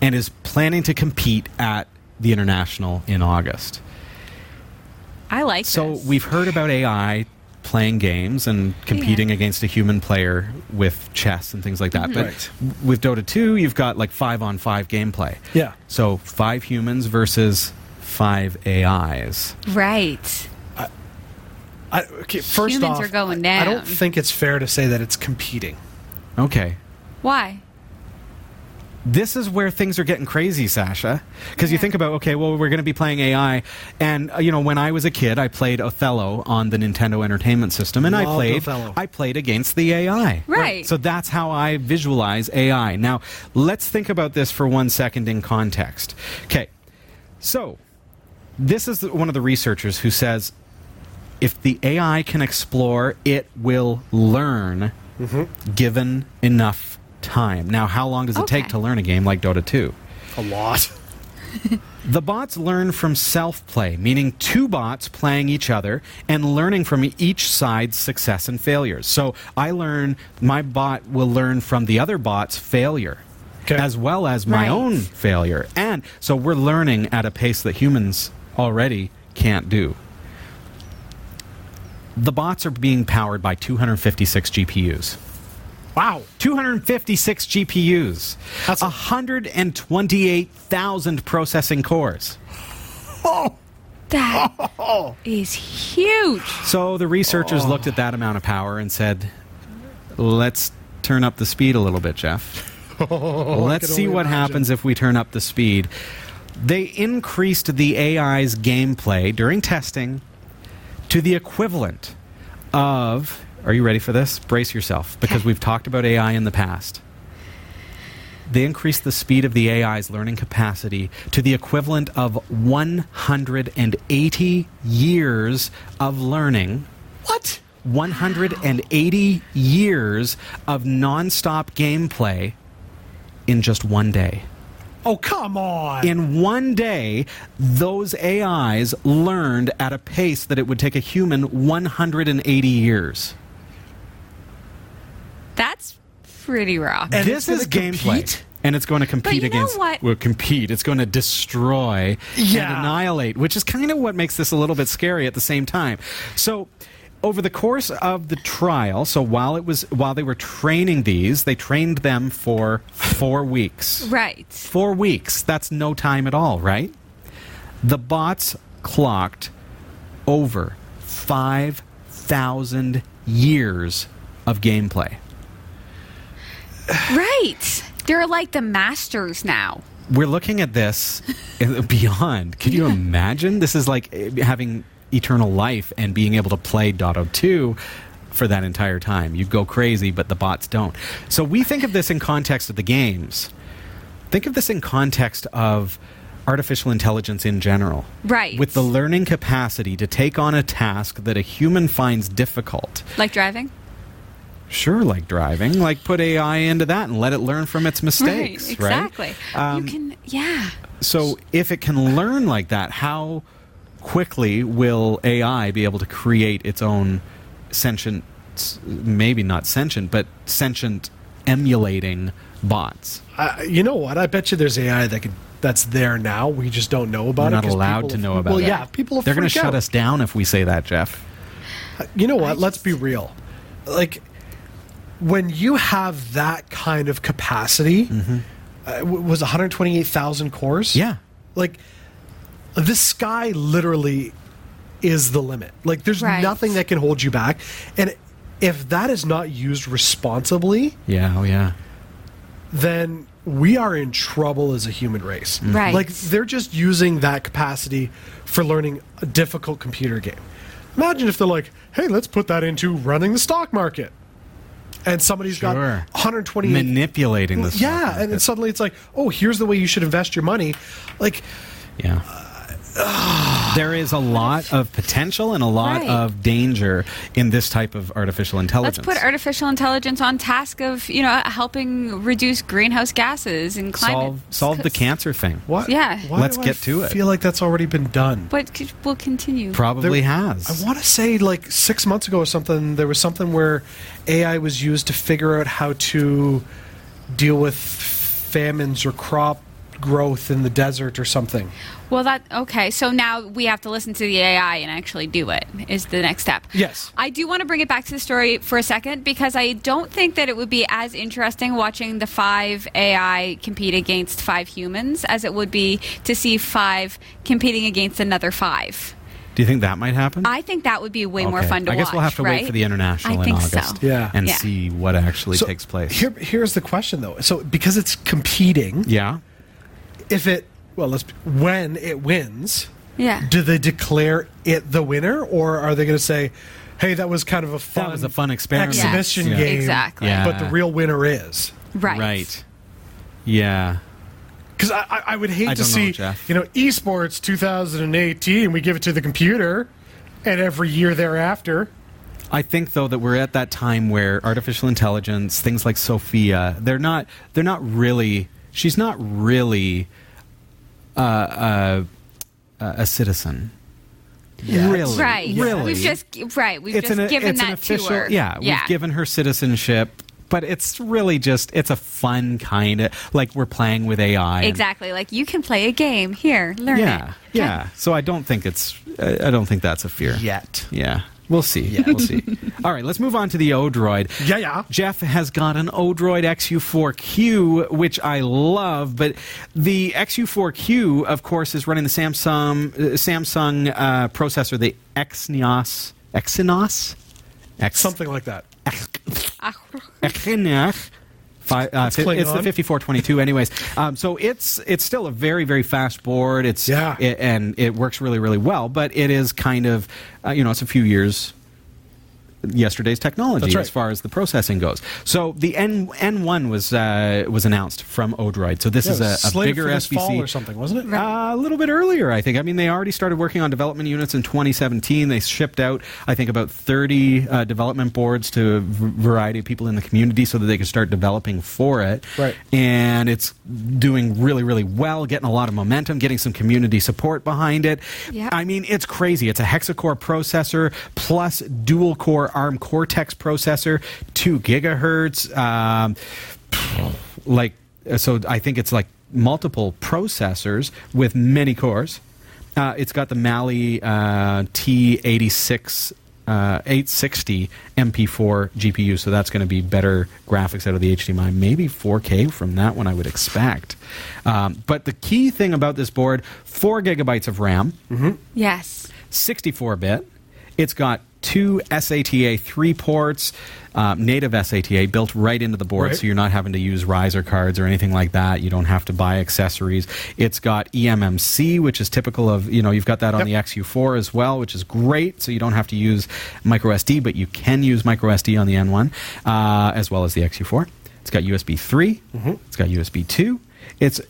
Speaker 5: and is planning to compete at the International in August.
Speaker 4: I like
Speaker 5: So
Speaker 4: this.
Speaker 5: we've heard about AI playing games and competing
Speaker 4: Yeah. Mm-hmm.
Speaker 5: against a human player with chess and things like that. But
Speaker 2: Right.
Speaker 5: w- with Dota 2, you've got like 5 on 5 gameplay.
Speaker 2: Yeah.
Speaker 5: So 5 humans versus 5 AIs.
Speaker 4: Right.
Speaker 2: I, okay, first
Speaker 4: Humans
Speaker 2: off,
Speaker 4: are going
Speaker 2: I- I
Speaker 4: down.
Speaker 2: don't think it's fair to say that it's competing.
Speaker 5: Okay.
Speaker 4: Why?
Speaker 5: this is where things are getting crazy, Sasha. Because you
Speaker 4: Yeah.
Speaker 5: think about, okay, well, we're going to be playing AI. And, uh, you know, when I was a kid, I played Othello on the Nintendo Entertainment System. And I
Speaker 2: Loved
Speaker 5: played
Speaker 2: Othello.
Speaker 5: I played against the AI.
Speaker 4: Right.
Speaker 5: So that's how I visualize AI. Now, let's think about this for one second in context. Okay. So this is the- one of the researchers who says if the AI can explore, it will learn given enough time. Now, how long does it take
Speaker 4: Okay.
Speaker 5: to learn a game like Dota 2?
Speaker 2: A lot.
Speaker 5: The bots learn from self play, meaning two bots playing each other and learning from each side's success and failures. So I learn, my bot will learn from the other bot's failure.
Speaker 2: 'Kay.
Speaker 5: As well as my
Speaker 4: Right.
Speaker 5: own failure. And so we're learning at a pace that humans already can't do. The bots are being powered by 256 GPUs.
Speaker 2: Wow.
Speaker 5: 256 GPUs,
Speaker 2: That's a-
Speaker 5: 128,000 processing cores.
Speaker 4: That is huge.
Speaker 5: So the researchers
Speaker 2: Oh.
Speaker 5: looked at that amount of power and said, let's turn up the speed a little bit, Jeff. let's
Speaker 2: could
Speaker 5: see
Speaker 2: Oh, only
Speaker 5: what
Speaker 2: imagine.
Speaker 5: happens if we turn up the speed. They increased the AI's gameplay during testing to the equivalent of. Are you ready for this? Brace yourself because we've talked about AI in the past. They increased the speed of the AI's learning capacity to the equivalent of 180 years of learning. What? 180 years of nonstop gameplay in just one day.
Speaker 2: Oh, come on.
Speaker 5: In one day, those AIs learned at a pace that it would take a human 180 years.
Speaker 4: That's pretty raw.
Speaker 2: And
Speaker 5: this
Speaker 2: it's
Speaker 5: is
Speaker 2: gonna
Speaker 5: gameplay.
Speaker 2: compete?
Speaker 5: and it's going to compete
Speaker 4: you know
Speaker 5: against.
Speaker 4: what?
Speaker 5: Will compete. It's going to destroy and
Speaker 2: Yeah.
Speaker 5: annihilate, which is kind of what makes this a little bit scary at the same time. So. Over the course of the trial, so while it was while they were training these, they trained them for four weeks.
Speaker 4: Right.
Speaker 5: Four weeks. That's no time at all, right? The bots clocked over 5,000 years of gameplay.
Speaker 4: Right. They're like the masters now.
Speaker 5: We're looking at this beyond. Can you imagine? This is like eh, having eternal life and being able to play Dotto 2 for that entire time. You go crazy, but the bots don't. So we think of this in context of the games. Think of this in context of artificial intelligence in general.
Speaker 4: Right.
Speaker 5: With the learning capacity to take on a task that a human finds difficult.
Speaker 4: Like driving?
Speaker 5: Sure, like driving, like put AI into that and let it learn from its mistakes, right?
Speaker 4: Exactly.
Speaker 5: Um,
Speaker 4: you can, yeah.
Speaker 5: So if it can learn like that, how quickly will AI be able to create its own sentient, s- maybe not sentient, but sentient emulating bots?
Speaker 2: I, you know what? I bet you there's AI that could that's there now. We just don't know about
Speaker 5: We're
Speaker 2: it.
Speaker 5: not
Speaker 2: 'cause
Speaker 5: allowed
Speaker 2: people
Speaker 5: to
Speaker 2: will-
Speaker 5: know about
Speaker 2: well,
Speaker 5: it.
Speaker 2: yeah, people. will
Speaker 5: They're gonna
Speaker 2: freak
Speaker 5: shut
Speaker 2: out. Uh,
Speaker 5: us down if we say that, Jeff.
Speaker 2: You know what? Let's be real. Like when you have that kind of capacity, uh, w- was 128,000 cores?
Speaker 5: Mm-hmm. Yeah.
Speaker 2: Like the sky literally is the limit. Like there's
Speaker 4: Right.
Speaker 2: nothing that can hold you back. And if that is not used responsibly,
Speaker 5: Yeah, oh yeah.
Speaker 2: then we are in trouble as a human race.
Speaker 4: Mm. Right.
Speaker 2: Like they're just using that capacity for learning a difficult computer game. Imagine if they're like, "Hey, let's put that into running the stock market," and somebody's got
Speaker 5: Sure.
Speaker 2: 120.
Speaker 5: Manipulating this.
Speaker 2: yeah, and then suddenly it's like, "Oh, here's the way you should invest your money." Like,
Speaker 5: Yeah. There is a lot of potential and a lot
Speaker 4: Right.
Speaker 5: of danger in this type of artificial
Speaker 4: Let's
Speaker 5: intelligence.
Speaker 4: put artificial intelligence on task of, you know, helping reduce greenhouse gases and climate.
Speaker 5: solve solve the cancer thing.
Speaker 2: what?
Speaker 4: Yeah.
Speaker 2: why
Speaker 5: Let's
Speaker 2: do
Speaker 5: get
Speaker 2: I
Speaker 5: to it.
Speaker 2: Feel like that's already been done.
Speaker 4: But could, we'll continue.
Speaker 5: Probably
Speaker 2: There-
Speaker 5: has.
Speaker 2: I want to say like six months ago or something. There was something where AI was used to figure out how to deal with famines or crop growth in the desert or something.
Speaker 4: Well, that okay. So now we have to listen to the AI and actually do it. Is the next step?
Speaker 2: Yes.
Speaker 4: I do want to bring it back to the story for a second because I don't think that it would be as interesting watching the five AI compete against five humans as it would be to see five competing against another five.
Speaker 5: Do you think that might happen?
Speaker 4: I think that would be way more
Speaker 5: Okay.
Speaker 4: fun to
Speaker 5: I
Speaker 4: watch.
Speaker 5: guess we'll have to
Speaker 4: right?
Speaker 5: wait for the international
Speaker 4: I
Speaker 5: in
Speaker 4: think
Speaker 5: August
Speaker 4: So.
Speaker 2: Yeah.
Speaker 5: and
Speaker 4: Yeah.
Speaker 5: see what actually
Speaker 2: So,
Speaker 5: takes place.
Speaker 2: Here, here's the question though. So because it's competing,
Speaker 5: yeah.
Speaker 2: if it well, let's when it wins,
Speaker 4: Yeah.
Speaker 2: do they declare it the winner or are they going to say, "Hey, that was kind of a fun,
Speaker 5: was a fun experiment."
Speaker 4: Yes.
Speaker 2: exhibition
Speaker 5: Yeah.
Speaker 2: game,"
Speaker 4: Exactly.
Speaker 5: Yeah.
Speaker 2: but the real winner is.
Speaker 4: Right.
Speaker 5: Yeah.
Speaker 2: Because I, I, I would hate
Speaker 5: I
Speaker 2: to
Speaker 5: don't know,
Speaker 2: see,
Speaker 5: Jeff.
Speaker 2: you know, esports 2018, we give it to the computer, and every year thereafter.
Speaker 5: I think though that we're at that time where artificial intelligence, things like Sophia, they're not they're not really she's not really uh, uh, a citizen. Really,
Speaker 4: Right.
Speaker 5: really.
Speaker 4: We've just right. We've just given that to her.
Speaker 5: Yeah, we've given her citizenship, but it's really just it's a fun kind of like we're playing with AI. and-
Speaker 4: Exactly. Like you can play a game here. Learn
Speaker 5: yeah,
Speaker 4: it.
Speaker 5: yeah. So I don't think it's I I don't think that's a fear
Speaker 2: Yet.
Speaker 5: Yeah. We'll see. We'll see. All right, let's move on to the Odroid.
Speaker 2: Yeah, yeah.
Speaker 5: Jeff has got an Odroid XU4Q, which I love, but the XU4Q, of course, is running the Samsung uh, Samsung uh, processor, the Exynos Exynos Ex-
Speaker 2: Something like that.
Speaker 4: Ah,
Speaker 5: Echrenach. Fi- uh, fi- it's the
Speaker 2: Klingon.
Speaker 5: 5422 anyways um, so it's it's still a very very fast board it's
Speaker 2: Yeah.
Speaker 5: it, and it works really really well but it is kind of uh, you know it's a few years yesterday's technology
Speaker 2: That's right.
Speaker 5: as far as the processing goes so the N- n1 was uh, was announced from odroid so this
Speaker 2: Yeah, it was
Speaker 5: is a, a
Speaker 2: slated
Speaker 5: bigger
Speaker 2: for this
Speaker 5: SBC
Speaker 2: fall or something, wasn't it?
Speaker 5: uh, a little bit earlier, I think. I mean, they already started working on development units in 2017. They shipped out, I think, about 30 uh, development boards to a v- variety of people in the community so that they could start developing for it.
Speaker 2: Right.
Speaker 5: And it's doing really, really well, getting a lot of momentum, getting some community support behind it.
Speaker 4: Yeah.
Speaker 5: I mean, it's crazy. It's a hexacore processor plus dual core ARM Cortex processor, two gigahertz. Um, like Uh, So I think it's like multiple processors with many cores. Uh, it's got the Mali uh, T86 uh, 860 MP4 GPU, so that's going to be better graphics out of the HDMI, maybe 4K from that one, I would expect. Um, but the key thing about this board: four gigabytes of RAM.
Speaker 4: Yes.
Speaker 5: 64 bit. It's got two SATA 3 ports, uh, native SATA built right into the board,
Speaker 2: Right.
Speaker 5: so you're not having to use riser cards or anything like that. You don't have to buy accessories. It's got E eMMC, which is typical of, you know, you've got that
Speaker 2: Yep.
Speaker 5: on the XU4 as well, which is great, so you don't have to use micro SD, but you can use micro SD on the N1 uh, as well as the XU4. It's got USB 3,
Speaker 2: Mm-hmm.
Speaker 5: it's got USB 2. It's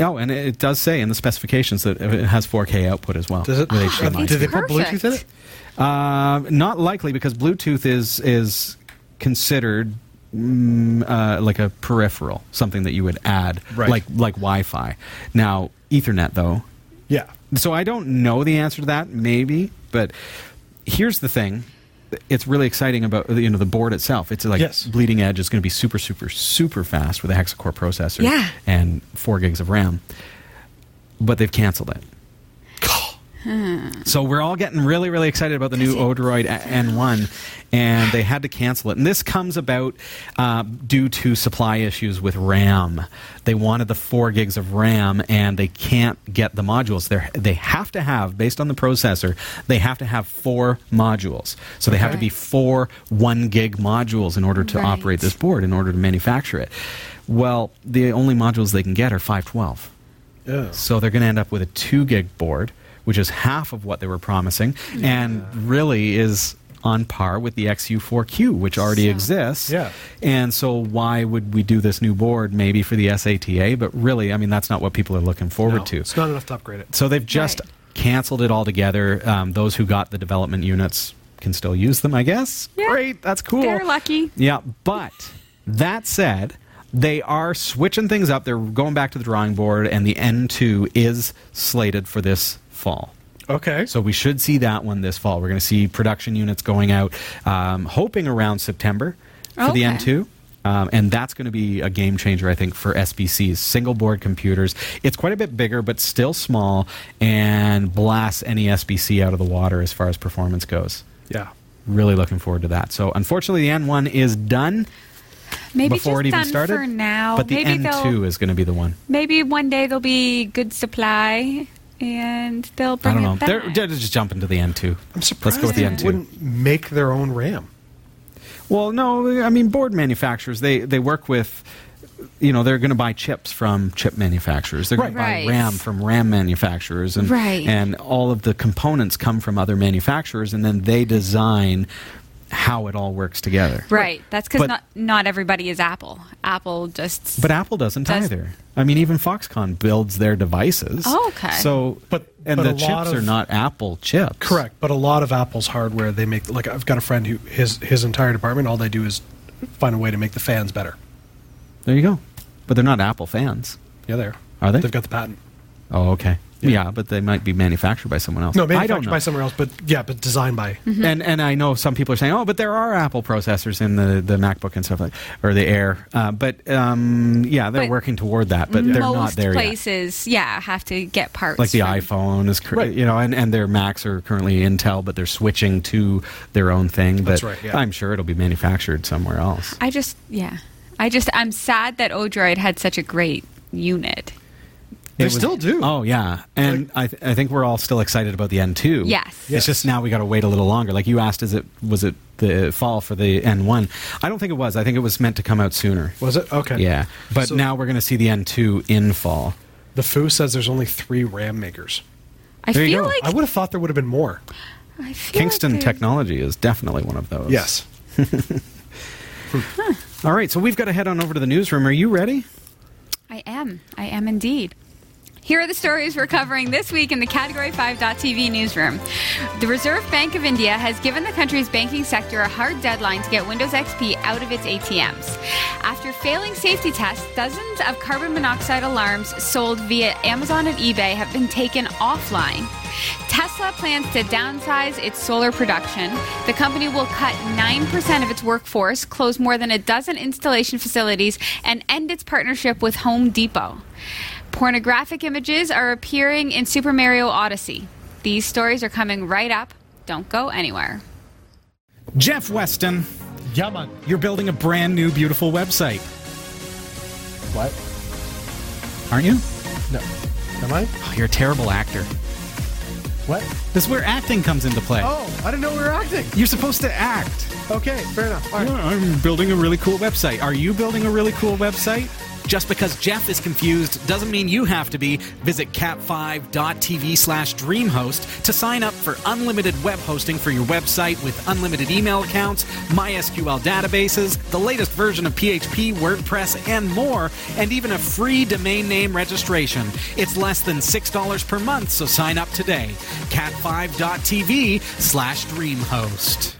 Speaker 5: oh, and it it does say in the specifications that it has 4K output as well.
Speaker 2: Does it?
Speaker 5: with
Speaker 2: uh,
Speaker 5: HDMI.
Speaker 2: did they put
Speaker 4: Perfect.
Speaker 2: Bluetooth in it?
Speaker 5: Uh, not likely because Bluetooth is is considered mm, uh, like a peripheral, something that you would add,
Speaker 2: Right.
Speaker 5: like like Wi-Fi. Now Ethernet though,
Speaker 2: Yeah.
Speaker 5: so I don't know the answer to that. Maybe, but here's the thing: it's really exciting about you know the board itself. It's like
Speaker 2: Yes.
Speaker 5: bleeding edge. It's going to be super, super, super fast with a hexa-core processor
Speaker 4: Yeah.
Speaker 5: and four gigs of RAM. But they've canceled it. So we're all getting really, really excited about the new Odroid A- N1, and they had to cancel it. And this comes about uh, due to supply issues with RAM. They wanted the four gigs of RAM, and they can't get the modules. They they have to have, based on the processor, they have to have four modules. So they have to be four one gig modules in order to
Speaker 4: Right.
Speaker 5: operate this board, in order to manufacture it. Well, the only modules they can get are five twelve.
Speaker 2: Yeah.
Speaker 5: So they're going to end up with a two gig board, which is half of what they were promising, and really is on par with the XU4Q, which already
Speaker 4: So-
Speaker 5: exists.
Speaker 2: Yeah.
Speaker 5: And so why would we do this new board maybe for the SATA? But really, I mean, that's not what people are looking forward
Speaker 2: No,
Speaker 5: to.
Speaker 2: It's not enough to upgrade it.
Speaker 5: So they've just
Speaker 4: Right.
Speaker 5: canceled it altogether. Um, those who got the development units can still use them, I guess.
Speaker 4: Yeah.
Speaker 5: Great, that's cool.
Speaker 4: They're lucky.
Speaker 5: Yeah, but that said, they are switching things up. They're going back to the drawing board, and the N2 is slated for this fall.
Speaker 2: Okay.
Speaker 5: So we should see that one this fall. We're going to see production units going out, um, hoping around September for the
Speaker 4: Okay.
Speaker 5: M2. Um, and that's going to be a game changer, I think, for SBCs, single board computers. It's quite a bit bigger, but still small, and blasts any SBC out of the water as far as performance goes.
Speaker 2: yeah.
Speaker 5: Really looking forward to that. So, unfortunately, the N1 is done
Speaker 4: Maybe
Speaker 5: before
Speaker 4: just
Speaker 5: it even
Speaker 4: done
Speaker 5: started.
Speaker 4: for now.
Speaker 5: But the
Speaker 4: maybe
Speaker 5: N2
Speaker 4: they'll,
Speaker 5: is going to be the one.
Speaker 4: maybe one day there'll be good supply and they'll
Speaker 5: I
Speaker 4: bring
Speaker 5: don't know.
Speaker 4: it back.
Speaker 5: They're, they're just jumping to the N2.
Speaker 2: I'm surprised
Speaker 5: Let's go with the
Speaker 2: they
Speaker 5: N2.
Speaker 2: wouldn't make their own RAM.
Speaker 5: Well, no, I mean board manufacturers. They they work with, you know, they're going to buy chips from chip manufacturers. They're going to buy
Speaker 4: Right.
Speaker 5: RAM from RAM manufacturers, and
Speaker 4: Right.
Speaker 5: and all of the components come from other manufacturers, and then they design how it all works together.
Speaker 4: right. That's because
Speaker 5: But-
Speaker 4: not not everybody is Apple. Apple just
Speaker 5: But Apple doesn't
Speaker 4: Does-
Speaker 5: either. I mean, even Foxconn builds their devices.
Speaker 4: Oh, okay.
Speaker 5: So,
Speaker 2: But-
Speaker 5: and
Speaker 2: but
Speaker 5: the
Speaker 2: a lot
Speaker 5: chips
Speaker 2: of-
Speaker 5: are not Apple chips.
Speaker 2: Correct, but a lot of Apple's hardware they make like I've got a friend who his his entire department all they do is find a way to make the fans better.
Speaker 5: There you go. But they're not Apple fans,
Speaker 2: Yeah, they are.
Speaker 5: are they?
Speaker 2: They've got the patent.
Speaker 5: Oh, okay. Yeah. but they might be manufactured by someone else.
Speaker 2: No,
Speaker 5: I don't
Speaker 2: manufactured
Speaker 5: know.
Speaker 2: by somewhere else, but yeah, but designed by.
Speaker 4: Mm-hmm.
Speaker 5: And and I know some people are saying, oh, but there are Apple processors in the, the MacBook and stuff like, or the Air. Uh, but um, yeah, they're
Speaker 4: But
Speaker 5: working toward that, but they're not
Speaker 4: most
Speaker 5: there yet.
Speaker 4: places, yeah, have to get parts.
Speaker 5: Like the
Speaker 4: from-
Speaker 5: iPhone is, cur-
Speaker 2: Right.
Speaker 5: you know, and, and their Macs are currently Intel, but they're switching to their own thing. But
Speaker 2: That's right, yeah.
Speaker 5: I'm sure it'll be manufactured somewhere else.
Speaker 4: I just yeah. I just I'm sad that Odroid had such a great unit.
Speaker 2: They
Speaker 5: It was-
Speaker 2: still do.
Speaker 5: Oh yeah, and I, th- I think we're all still excited about the N2.
Speaker 4: Yes.
Speaker 5: it's
Speaker 2: Yes.
Speaker 5: just now we got to wait a little longer. Like you asked, is it was it the fall for the N1? I don't think it was. I think it was meant to come out sooner.
Speaker 2: Was it? Okay.
Speaker 5: Yeah, but
Speaker 2: So-
Speaker 5: now we're going to see the N2 in fall.
Speaker 2: The Foo says there's only three RAM makers.
Speaker 4: I
Speaker 5: There you
Speaker 4: feel
Speaker 5: go.
Speaker 4: like
Speaker 2: I would have thought there would have been more.
Speaker 4: I feel
Speaker 5: Kingston
Speaker 4: like there's-
Speaker 5: Technology is definitely one of those.
Speaker 2: Yes.
Speaker 5: All right, so we've got to head on over to the newsroom. Are you ready?
Speaker 4: I am. I am indeed. Here are the stories we're covering this week in the Category 5.tv newsroom. The Reserve Bank of India has given the country's banking sector a hard deadline to get Windows XP out of its ATMs. After failing safety tests, dozens of carbon monoxide alarms sold via Amazon and eBay have been taken offline. Tesla plans to downsize its solar production. The company will cut 9% of its workforce, close more than a dozen installation facilities, and end its partnership with Home Depot. Pornographic images are appearing in Super Mario Odyssey. These stories are coming right up. Don't go anywhere.
Speaker 5: Jeff Weston,
Speaker 2: Yeah, man.
Speaker 5: you're building a brand new, beautiful website,
Speaker 2: What?
Speaker 5: aren't you?
Speaker 2: No. Am I?
Speaker 5: Oh, you're a terrible actor.
Speaker 2: What?
Speaker 5: This is where acting comes into play.
Speaker 2: Oh, I didn't know we were acting.
Speaker 5: You're supposed to act.
Speaker 2: Okay, fair enough. All right.
Speaker 5: I'm building a really cool website. Are you building a really cool website? Just because Jeff is confused doesn't mean you have to be. Visit cat5.tv slash dreamhost to sign up for unlimited web hosting for your website with unlimited email accounts, MySQL databases, the latest version of PHP, WordPress, and more, and even a free domain name registration. It's less than $6 per month, so sign up today. cat5.tv slash dreamhost.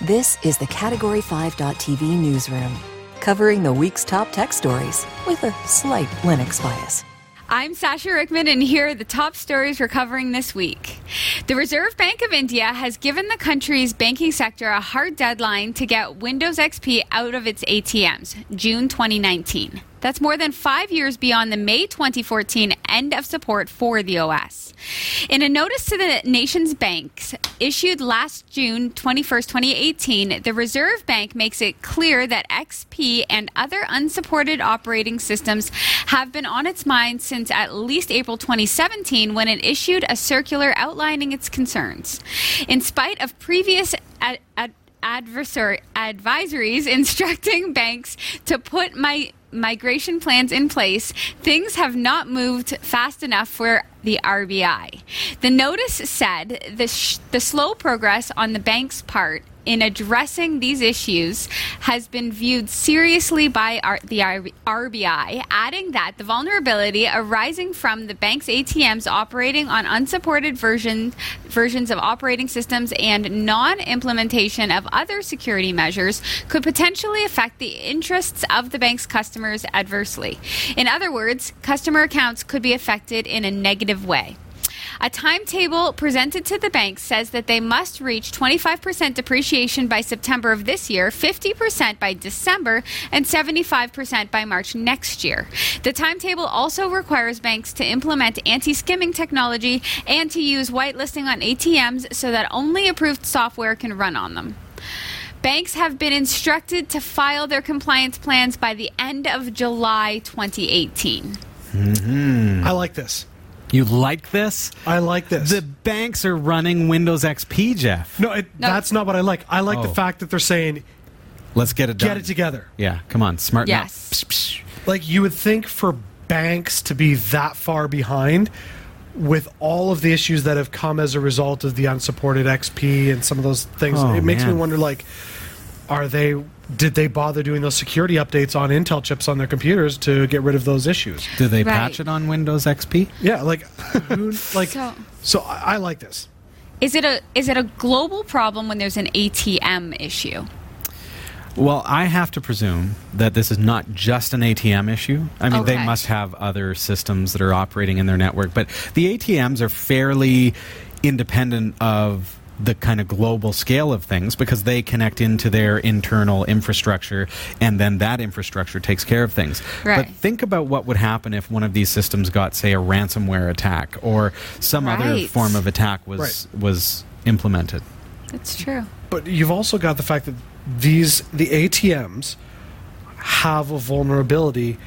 Speaker 3: This is the Category 5.tv newsroom, covering the week's top tech stories with a slight Linux bias.
Speaker 4: I'm Sasha Rickman, and here are the top stories we're covering this week. The Reserve Bank of India has given the country's banking sector a hard deadline to get Windows XP out of its ATMs, June 2019. That's more than five years beyond the May 2014 end of support for the OS. In a notice to the nation's banks issued last June 21st, 2018, the Reserve Bank makes it clear that XP and other unsupported operating systems have been on its mind since at least April 2017 when it issued a circular outlining its concerns. In spite of previous ad- ad- adversary advisories instructing banks to put my migration plans in place, things have not moved fast enough for the RBI. The notice said the, sh- the slow progress on the bank's part in addressing these issues has been viewed seriously by R- the R- RBI, adding that the vulnerability arising from the bank's ATMs operating on unsupported version, versions of operating systems and non implementation of other security measures could potentially affect the interests of the bank's customers adversely. In other words, customer accounts could be affected in a negative way. A timetable presented to the banks says that they must reach 25% depreciation by September of this year, 50% by December, and 75% by March next year. The timetable also requires banks to implement anti skimming technology and to use whitelisting on ATMs so that only approved software can run on them. Banks have been instructed to file their compliance plans by the end of July 2018.
Speaker 2: I like this.
Speaker 5: You like this?
Speaker 2: I like this.
Speaker 5: The banks are running Windows XP, Jeff.
Speaker 2: no, it,
Speaker 4: No.
Speaker 2: that's not what I like. I like
Speaker 5: Oh.
Speaker 2: the fact that they're saying
Speaker 5: Let's get it done.
Speaker 2: get it together.
Speaker 5: Yeah, come on, smarten up.
Speaker 4: Yes.
Speaker 5: Psh, psh.
Speaker 2: Like you would think for banks to be that far behind with all of the issues that have come as a result of the unsupported XP and some of those things.
Speaker 5: Oh,
Speaker 2: it makes
Speaker 5: man.
Speaker 2: me wonder like are they did they bother doing those security updates on Intel chips on their computers to get rid of those issues?
Speaker 5: Do they
Speaker 4: Right.
Speaker 5: patch it on Windows XP?
Speaker 2: Yeah, like who, like
Speaker 4: So-
Speaker 2: so, I, I like this.
Speaker 4: Is it a is it a global problem when there's an ATM issue?
Speaker 5: Well, I have to presume that this is not just an ATM issue. I mean, they
Speaker 4: Okay.
Speaker 5: must have other systems that are operating in their network, but the ATMs are fairly independent of the kind of global scale of things because they connect into their internal infrastructure and then that infrastructure takes care of things. But
Speaker 4: Right.
Speaker 5: think about what would happen if one of these systems got say a ransomware attack or some other
Speaker 4: Right.
Speaker 5: form of attack was was implemented.
Speaker 4: That's true.
Speaker 2: But you've also got the fact that these the ATMs have a vulnerability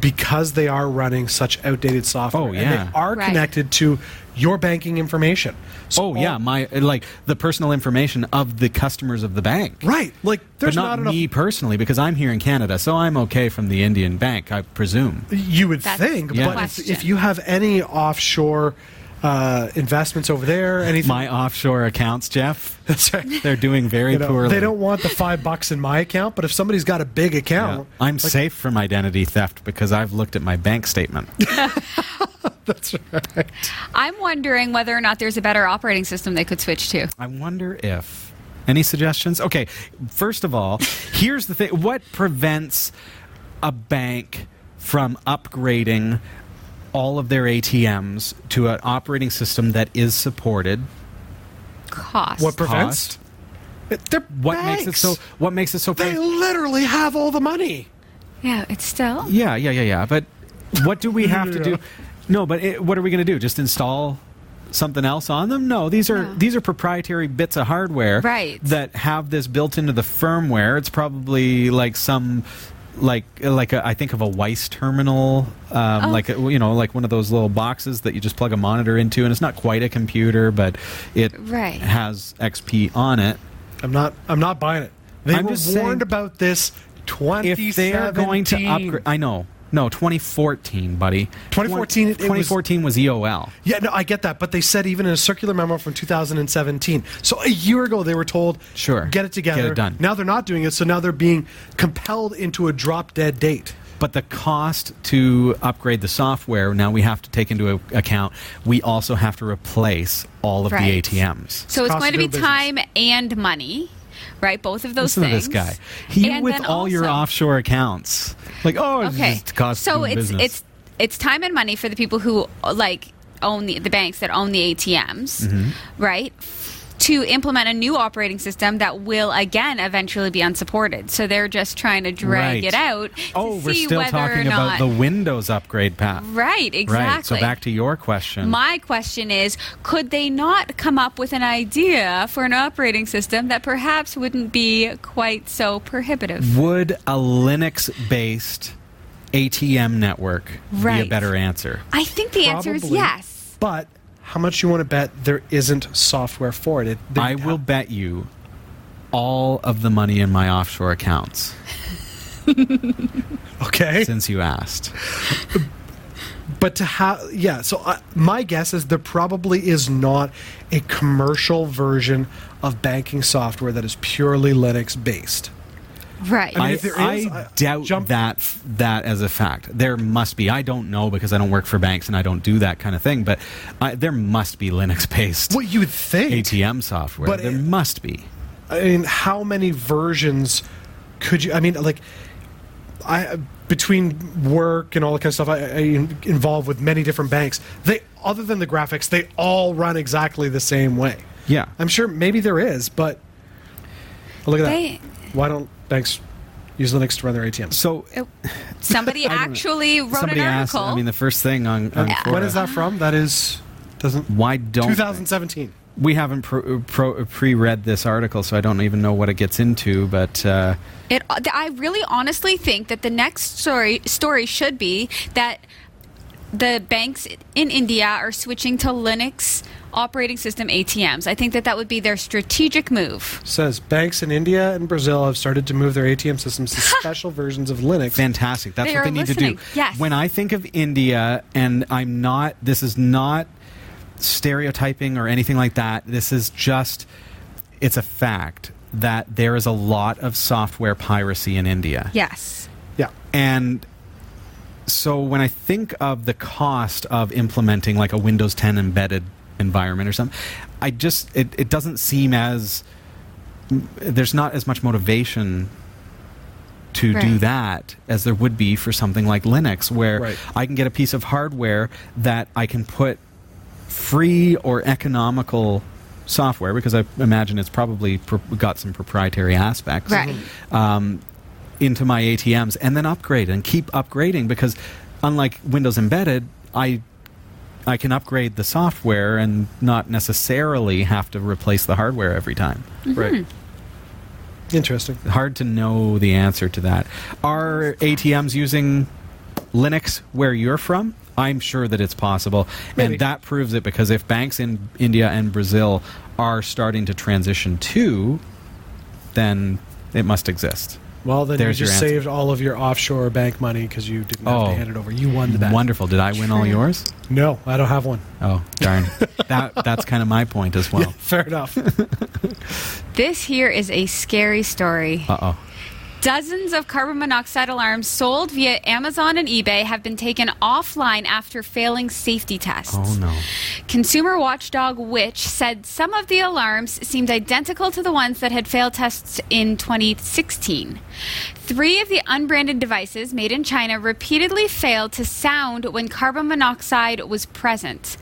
Speaker 2: because they are running such outdated software.
Speaker 5: Oh,
Speaker 2: And
Speaker 5: yeah.
Speaker 2: they are
Speaker 4: Right.
Speaker 2: connected to your banking information. So
Speaker 5: oh
Speaker 2: all-
Speaker 5: yeah, my like the personal information of the customers of the bank.
Speaker 2: Right. Like
Speaker 5: But
Speaker 2: there's
Speaker 5: not,
Speaker 2: not, enough
Speaker 5: me personally because I'm here in Canada, so I'm okay from the Indian bank, I presume.
Speaker 2: you would
Speaker 4: That's
Speaker 2: think,
Speaker 5: Yeah.
Speaker 2: but if,
Speaker 4: question.
Speaker 2: if you have any offshore uh, investments over there, anything
Speaker 5: My offshore accounts, Jeff,
Speaker 2: that's right.
Speaker 5: they're doing very
Speaker 2: You know,
Speaker 5: poorly.
Speaker 2: they don't want the five bucks in my account, but if somebody's got a big
Speaker 5: Yeah.
Speaker 2: account,
Speaker 5: I'm safe from identity theft because I've looked at my bank statement.
Speaker 4: I'm wondering whether or not there's a better operating system they could switch to.
Speaker 5: I wonder if any suggestions. Okay, first of all, here's the thing: what prevents a bank from upgrading all of their ATMs to an operating system that is supported.
Speaker 4: Cost.
Speaker 2: What prevents?
Speaker 5: Cost.
Speaker 2: It- They're
Speaker 5: What makes it
Speaker 2: banks.
Speaker 5: so? What makes it so?
Speaker 2: They
Speaker 5: pro-
Speaker 2: literally have all the money.
Speaker 4: yeah, it's still.
Speaker 5: yeah, yeah, yeah, yeah. But what do we have to do? No, but it, what are we going to do? Just install something else on them? No, these are
Speaker 4: No.
Speaker 5: these are proprietary bits of hardware
Speaker 4: Right.
Speaker 5: that have this built into the firmware. It's probably like some. Like, like a, I think of a Weiss terminal, um,
Speaker 4: Oh.
Speaker 5: like a, you know, like one of those little boxes that you just plug a monitor into, and it's not quite a computer, but it
Speaker 4: Right.
Speaker 5: has XP on it.
Speaker 2: I'm not. I'm not buying it. They
Speaker 5: I'm
Speaker 2: were
Speaker 5: just saying-
Speaker 2: warned about this. Twenty.
Speaker 5: if they're going to upgrade i know no 2014 buddy
Speaker 2: 2014 it was-
Speaker 5: 2014 was, E eol
Speaker 2: Yeah, no, I get that, but they said even in a circular memo from 2017. So a year ago, they were told,
Speaker 5: Sure.
Speaker 2: get it together."
Speaker 5: Get it done.
Speaker 2: Now they're not doing it, so now they're being compelled into a drop dead date.
Speaker 5: but the cost to upgrade the software now we have to take into a- account we also have to replace all of
Speaker 4: Right.
Speaker 5: the atms
Speaker 4: So it's
Speaker 2: Cost
Speaker 4: going to
Speaker 2: of
Speaker 4: be
Speaker 2: doing business.
Speaker 4: time and money, right? Both of those
Speaker 5: Listen
Speaker 4: things.
Speaker 5: to this guy. He
Speaker 4: And
Speaker 5: with
Speaker 4: then
Speaker 5: all your
Speaker 4: also-
Speaker 5: offshore accounts, like oh, it's
Speaker 4: okay.
Speaker 5: just cost of
Speaker 4: so
Speaker 5: doing
Speaker 4: it's
Speaker 5: business.
Speaker 4: it's it's time and money for the people who like own the, the banks that own the ATMs,
Speaker 5: Mm-hmm.
Speaker 4: right? To implement a new operating system that will again eventually be unsupported. So they're just trying to drag
Speaker 5: Right.
Speaker 4: it out. to
Speaker 5: oh, we're
Speaker 4: see
Speaker 5: still
Speaker 4: whether or
Speaker 5: talking about
Speaker 4: not-
Speaker 5: the Windows upgrade path,
Speaker 4: right. Exactly.
Speaker 5: Right. So back to your question.
Speaker 4: My question is could they not come up with an idea for an operating system that perhaps wouldn't be quite so prohibitive?
Speaker 5: Would a Linux based ATM network be a
Speaker 4: Right.
Speaker 5: better answer?
Speaker 4: I think the answer is
Speaker 2: Probably.
Speaker 4: yes.
Speaker 2: But how much you want to bet there isn't software for it? it they-
Speaker 5: I will bet you all of the money in my offshore accounts
Speaker 2: Okay,
Speaker 5: since you asked.
Speaker 2: but to have yeah. So I, my guess is there probably is not a commercial version of banking software that is purely Linux based.
Speaker 4: Right.
Speaker 2: mean,
Speaker 5: I,
Speaker 2: if there
Speaker 5: I
Speaker 2: is, I-
Speaker 5: doubt
Speaker 2: jump-
Speaker 5: that f- that as a fact. There must be. I don't know because I don't work for banks and I don't do that kind of thing. But I, there must be Linux-based
Speaker 2: What you would think?
Speaker 5: ATM software.
Speaker 2: But
Speaker 5: there
Speaker 2: it-
Speaker 5: must be.
Speaker 2: I mean, how many versions could you? I mean, like, I between work and all that kind of stuff, I, I in- involved with many different banks. They, other than the graphics, they all run exactly the same way.
Speaker 5: Yeah.
Speaker 2: I'm sure maybe there is, but look at
Speaker 4: They-
Speaker 2: that. Why don't banks use Linux to run their ATMs?
Speaker 5: So
Speaker 4: Oh, Somebody actually wrote
Speaker 5: somebody
Speaker 4: an
Speaker 5: asked.
Speaker 4: article.
Speaker 5: I mean, the first thing on, on
Speaker 4: Yeah.
Speaker 2: When
Speaker 5: Quora,
Speaker 2: is that from? That is doesn't
Speaker 5: Why don't
Speaker 2: 2017.
Speaker 5: we haven't pro, pro, pre-read this article? So I don't even know what it gets into. But uh,
Speaker 4: It. I really honestly think that the next story story should be that the banks in India are switching to Linux operating system ATMs. I think that that would be their strategic move.
Speaker 2: Says banks in India and Brazil have started to move their ATM systems to special versions of Linux.
Speaker 5: Fantastic. That's
Speaker 4: They
Speaker 5: what
Speaker 4: are
Speaker 5: they need
Speaker 4: listening.
Speaker 5: to do.
Speaker 4: Yes.
Speaker 5: When I think of India, and I'm not, this is not stereotyping or anything like that. This is just, it's a fact that there is a lot of software piracy in India.
Speaker 4: Yes.
Speaker 2: yeah.
Speaker 5: And so when I think of the cost of implementing like a Windows 10 embedded environment or something, I just it, it doesn't seem as m- there's not as much motivation to do
Speaker 4: Right.
Speaker 5: that as there would be for something like Linux where
Speaker 2: Right.
Speaker 5: I can get a piece of hardware that I can put free or economical software because I imagine it's probably pro- got some proprietary aspects
Speaker 4: Right.
Speaker 5: um, into my ATMs and then upgrade and keep upgrading because unlike Windows Embedded, I I can upgrade the software and not necessarily have to replace the hardware every time.
Speaker 2: Right. Interesting.
Speaker 5: Hard to know the answer to that. Are ATMs using Linux where you're from? I'm sure that it's possible,
Speaker 2: Maybe.
Speaker 5: and that proves it because if banks in India and Brazil are starting to transition to, then it must exist.
Speaker 2: Well, then
Speaker 5: There's
Speaker 2: you
Speaker 5: your
Speaker 2: just
Speaker 5: answer.
Speaker 2: saved all of your offshore bank money because you didn't have
Speaker 5: Oh.
Speaker 2: to hand it over. You won the bet.
Speaker 5: Wonderful. Did I win all yours?
Speaker 2: No, I don't have one.
Speaker 5: Oh, darn. that that's kind of my point as well.
Speaker 2: Fair enough.
Speaker 4: This here is a scary story.
Speaker 5: Uh oh.
Speaker 4: Dozens of carbon monoxide alarms sold via Amazon and eBay have been taken offline after failing safety tests.
Speaker 5: Oh, no.
Speaker 4: Consumer watchdog Which said some of the alarms seemed identical to the ones that had failed tests in 2016. Three of the unbranded devices made in China repeatedly failed to sound when carbon monoxide was present.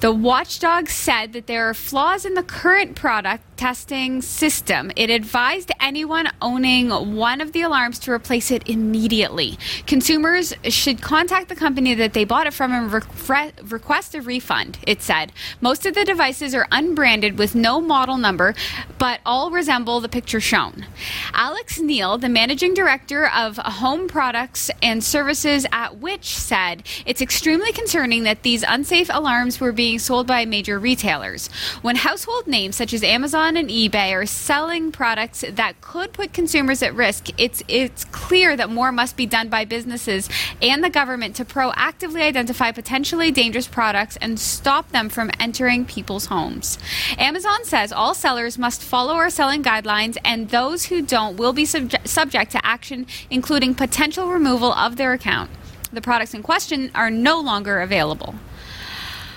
Speaker 4: The watchdog said that there are flaws in the current product testing system. It advised anyone owning one of the alarms to replace it immediately. Consumers should contact the company that they bought it from and requ- request a refund, it said. Most of the devices are unbranded with no model number, but all resemble the picture shown. Alex Neal, the managing director of Home Products and Services at Which, said it's extremely concerning that these unsafe alarms were being sold by major retailers. When household names such as Amazon and eBay are selling products that could put consumers at risk, it's it's clear that more must be done by businesses and the government to proactively identify potentially dangerous products and stop them from entering people's homes. Amazon says all sellers must follow our selling guidelines and those who don't will be subje- subject to action including potential removal of their account. The products in question are no longer available.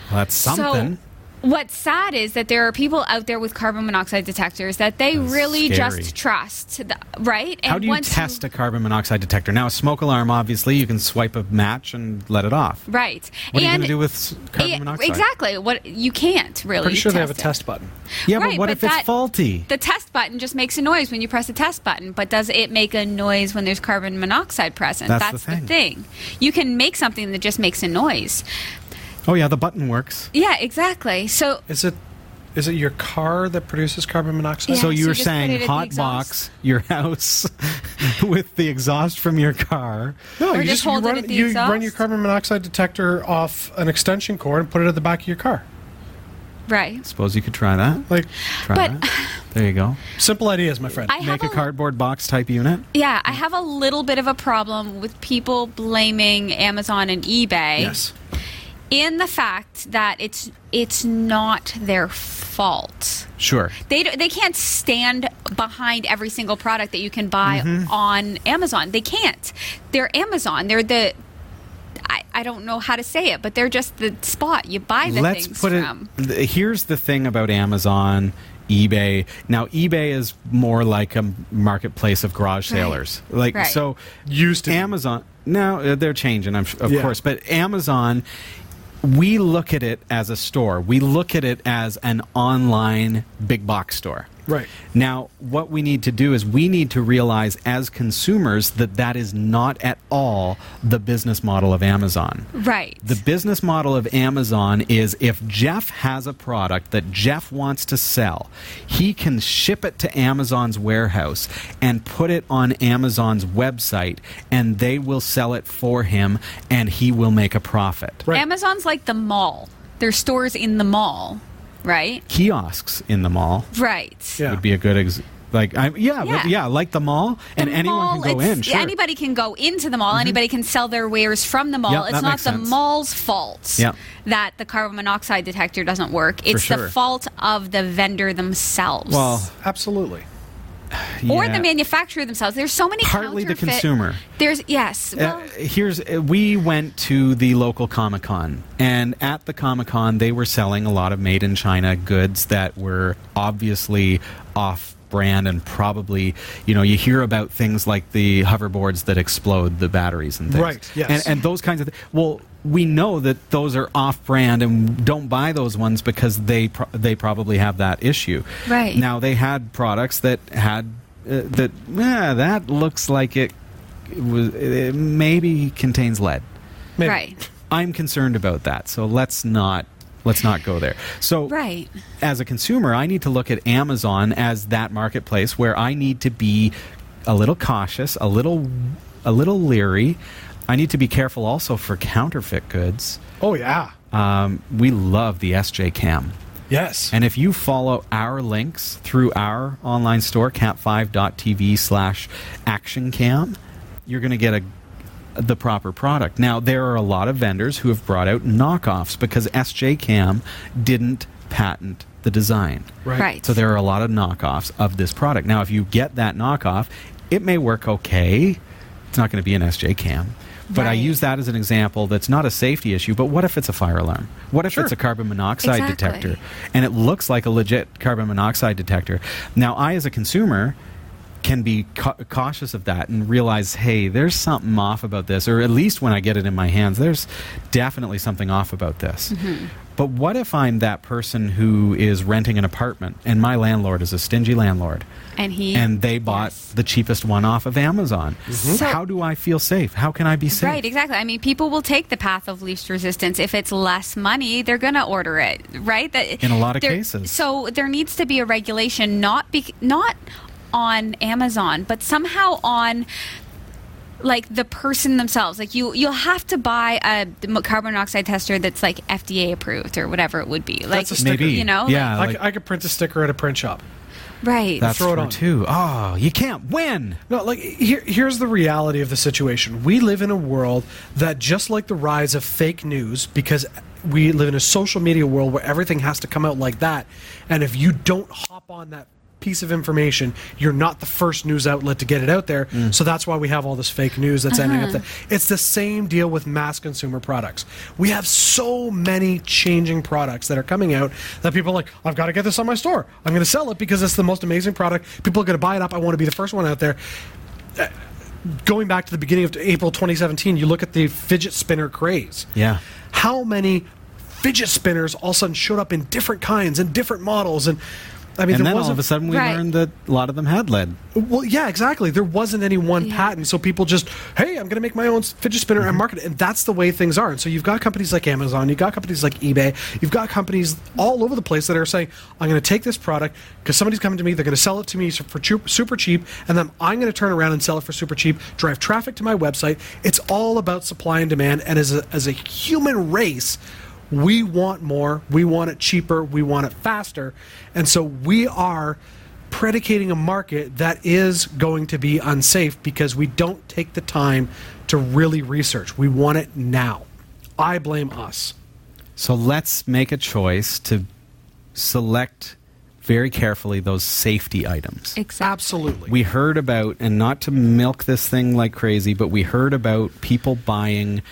Speaker 5: Well, that's something.
Speaker 4: So, what's sad is that there are people out there with carbon monoxide detectors that they
Speaker 5: That's
Speaker 4: really
Speaker 5: scary.
Speaker 4: just trust, th- right?
Speaker 5: How do you test a carbon monoxide detector? Now, a smoke alarm, obviously, you can swipe a match and let it off.
Speaker 4: right?
Speaker 5: What are you
Speaker 4: and
Speaker 5: going to do with s- carbon
Speaker 4: and-
Speaker 5: monoxide?
Speaker 4: Exactly. What you can't really.
Speaker 2: Pretty sure they have a
Speaker 4: it.
Speaker 2: test button.
Speaker 5: Yeah, but
Speaker 4: Right,
Speaker 5: what
Speaker 4: but
Speaker 5: if
Speaker 4: that-
Speaker 5: it's faulty?
Speaker 4: The test button just makes a noise when you press the test button, but does it make a noise when there's carbon monoxide present?
Speaker 5: That's the thing.
Speaker 4: You can make something that just makes a noise.
Speaker 5: oh, yeah, the button works.
Speaker 4: Yeah, exactly. So
Speaker 2: Is it is it your car that produces carbon monoxide?
Speaker 4: Yeah,
Speaker 5: so you
Speaker 4: so
Speaker 5: were
Speaker 4: just put it
Speaker 5: saying
Speaker 4: in the
Speaker 5: hot
Speaker 4: exhaust.
Speaker 5: box your house with the exhaust from your car.
Speaker 2: No,
Speaker 4: Or
Speaker 2: you
Speaker 4: just
Speaker 2: you
Speaker 4: hold it
Speaker 2: run,
Speaker 4: at the
Speaker 2: you run
Speaker 4: exhaust?
Speaker 2: your carbon monoxide detector off an extension cord and put it at the back of your car.
Speaker 4: right.
Speaker 5: Suppose you could try that.
Speaker 2: Like
Speaker 5: Try
Speaker 4: But-
Speaker 5: that. There you go.
Speaker 2: simple ideas, my friend.
Speaker 4: I have
Speaker 5: Make a
Speaker 4: a-
Speaker 5: cardboard box type unit.
Speaker 4: Yeah, I have a little bit of a problem with people blaming Amazon and eBay.
Speaker 2: yes.
Speaker 4: in the fact that it's it's not their fault.
Speaker 5: Sure.
Speaker 4: They d- they can't stand behind every single product that you can buy
Speaker 5: Mm-hmm.
Speaker 4: on Amazon. They can't. They're Amazon. They're the I, I don't know how to say it, but they're just the spot you buy the
Speaker 5: Let's
Speaker 4: things
Speaker 5: put it.
Speaker 4: from.
Speaker 5: th- Here's the thing about Amazon, eBay. Now, eBay is more like a marketplace of garage
Speaker 4: Right.
Speaker 5: sailers. Like
Speaker 4: Right.
Speaker 5: so,
Speaker 2: Used to be.
Speaker 5: Amazon. Now uh, they're changing, I'm, s- of
Speaker 2: Yeah.
Speaker 5: course, but Amazon. We look at it as a store. We look at it as an online big box store.
Speaker 2: Right.
Speaker 5: Now, what we need to do is we need to realize as consumers that that is not at all the business model of Amazon.
Speaker 4: Right.
Speaker 5: The business model of Amazon is if Jeff has a product that Jeff wants to sell, he can ship it to Amazon's warehouse and put it on Amazon's website, and they will sell it for him, and he will make a profit.
Speaker 2: Right.
Speaker 4: Amazon's like the mall. There's stores in the mall, right?
Speaker 5: Kiosks in the mall
Speaker 4: Right.
Speaker 2: Yeah.
Speaker 5: would be a good ex- like I, yeah,
Speaker 4: Yeah.
Speaker 5: yeah like the mall, and
Speaker 4: the
Speaker 5: anyone
Speaker 4: mall,
Speaker 5: can go
Speaker 4: it's-
Speaker 5: in. Sure. Mm-hmm.
Speaker 4: Anybody can go into the mall. Anybody can sell their wares from the mall.
Speaker 5: Yep,
Speaker 4: it's
Speaker 5: that
Speaker 4: not
Speaker 5: makes
Speaker 4: the
Speaker 5: sense.
Speaker 4: mall's fault
Speaker 5: Yep.
Speaker 4: that the carbon monoxide detector doesn't work. It's
Speaker 5: sure.
Speaker 4: the fault of the vendor themselves.
Speaker 5: well,
Speaker 2: Absolutely.
Speaker 4: or
Speaker 5: yeah.
Speaker 4: the manufacturer themselves. There's so many
Speaker 5: Partly the
Speaker 4: counterfeit-
Speaker 5: consumer.
Speaker 4: There's yes. Well,
Speaker 5: Uh, here's uh, we went to the local Comic Con, and at the Comic Con, they were selling a lot of made in China goods that were obviously off brand and probably you know you hear about things like the hoverboards that explode the batteries and things
Speaker 2: Right, yes.
Speaker 5: and, and those kinds of th- well we know that those are off brand and don't buy those ones because they pro- they probably have that issue
Speaker 4: Right.
Speaker 5: now they had products that had uh, that eh, that looks like it was it maybe contains lead.
Speaker 2: Maybe.
Speaker 4: right.
Speaker 5: I'm concerned about that, so let's not let's not go there. So
Speaker 4: Right.
Speaker 5: as a consumer, I need to look at Amazon as that marketplace where I need to be a little cautious, a little a little leery. I need to be careful also for counterfeit goods.
Speaker 2: Oh yeah.
Speaker 5: Um, we love the SJ Cam.
Speaker 2: Yes.
Speaker 5: And if you follow our links through our online store, cat5.tv slash actioncam, you're going to get a the proper product. Now, there are a lot of vendors who have brought out knockoffs because SJ Cam didn't patent the design.
Speaker 4: Right.
Speaker 5: So there are a lot of knockoffs of this product. Now, if you get that knockoff, it may work okay. It's not going to be an SJ cam. But I
Speaker 8: Right.
Speaker 5: use that as an example that's not a safety issue, but what if it's a fire alarm? What if
Speaker 2: Sure.
Speaker 5: it's a carbon monoxide
Speaker 4: Exactly.
Speaker 5: detector? And it looks like a legit carbon monoxide detector. Now, I, as a consumer, can be ca- cautious of that and realize, hey, there's something off about this, or at least when I get it in my hands, there's definitely something off about this.
Speaker 4: Mm-hmm.
Speaker 5: But what if I'm that person who is renting an apartment and my landlord is a stingy landlord?
Speaker 4: And he-
Speaker 5: and they bought
Speaker 4: Yes.
Speaker 5: the cheapest one off of Amazon.
Speaker 2: Mm-hmm.
Speaker 4: So-
Speaker 5: How do I feel safe? How can I be safe?
Speaker 4: Right, exactly. I mean, people will take the path of least resistance. If it's less money, they're going to order it, right? That,
Speaker 5: In a lot of
Speaker 4: there-
Speaker 5: cases.
Speaker 4: So there needs to be a regulation, not be, not on Amazon, but somehow on like the person themselves. Like you, you'll have to buy a m- carbon monoxide tester that's like FDA approved or whatever it would be. Like
Speaker 2: That's a sticker.
Speaker 5: Maybe
Speaker 4: you know,
Speaker 5: yeah,
Speaker 2: I,
Speaker 5: uh, like,
Speaker 2: c- I could print a sticker at a print shop.
Speaker 4: right?
Speaker 5: that's
Speaker 2: throw it
Speaker 5: true
Speaker 2: on.
Speaker 5: too. Oh, you can't win.
Speaker 2: No, like here, here's the reality of the situation. We live in a world that just like the rise of fake news, because we live in a social media world where everything has to come out like that, and if you don't hop on that piece of information, you're not the first news outlet to get it out there. So that's why we have all this fake news that's ending up there. It's the same deal with mass consumer products. We have so many changing products that are coming out that people are like, I've got to get this on my store. I'm going to sell it because it's the most amazing product. People are going to buy it up. I want to be the first one out there going back to the beginning of April 2017, you look at the fidget spinner craze.
Speaker 5: Yeah.
Speaker 2: How many fidget spinners all of a sudden showed up in different kinds and different models? And I mean,
Speaker 5: And
Speaker 2: there
Speaker 5: then all
Speaker 2: wasn't.
Speaker 5: of a sudden, we
Speaker 4: Right.
Speaker 5: learned that a lot of them had lead.
Speaker 2: well, yeah, exactly. There wasn't any one
Speaker 4: Yeah.
Speaker 2: patent, so people just, hey, I'm going to make my own s- fidget spinner and market it, and that's the way things are. And so you've got companies like Amazon, you've got companies like eBay, you've got companies all over the place that are saying, I'm going to take this product because somebody's coming to me, they're going to sell it to me s- for chu- super cheap, and then I'm going to turn around and sell it for super cheap, drive traffic to my website. It's all about supply and demand, and as a, as a human race. We want more. We want it cheaper. We want it faster. And so we are predicating a market that is going to be unsafe because we don't take the time to really research. We want it now. I blame us.
Speaker 5: So let's make a choice to select very carefully those safety items.
Speaker 4: Exactly.
Speaker 2: Absolutely.
Speaker 5: we heard about, and not to milk this thing like crazy, but we heard about people buying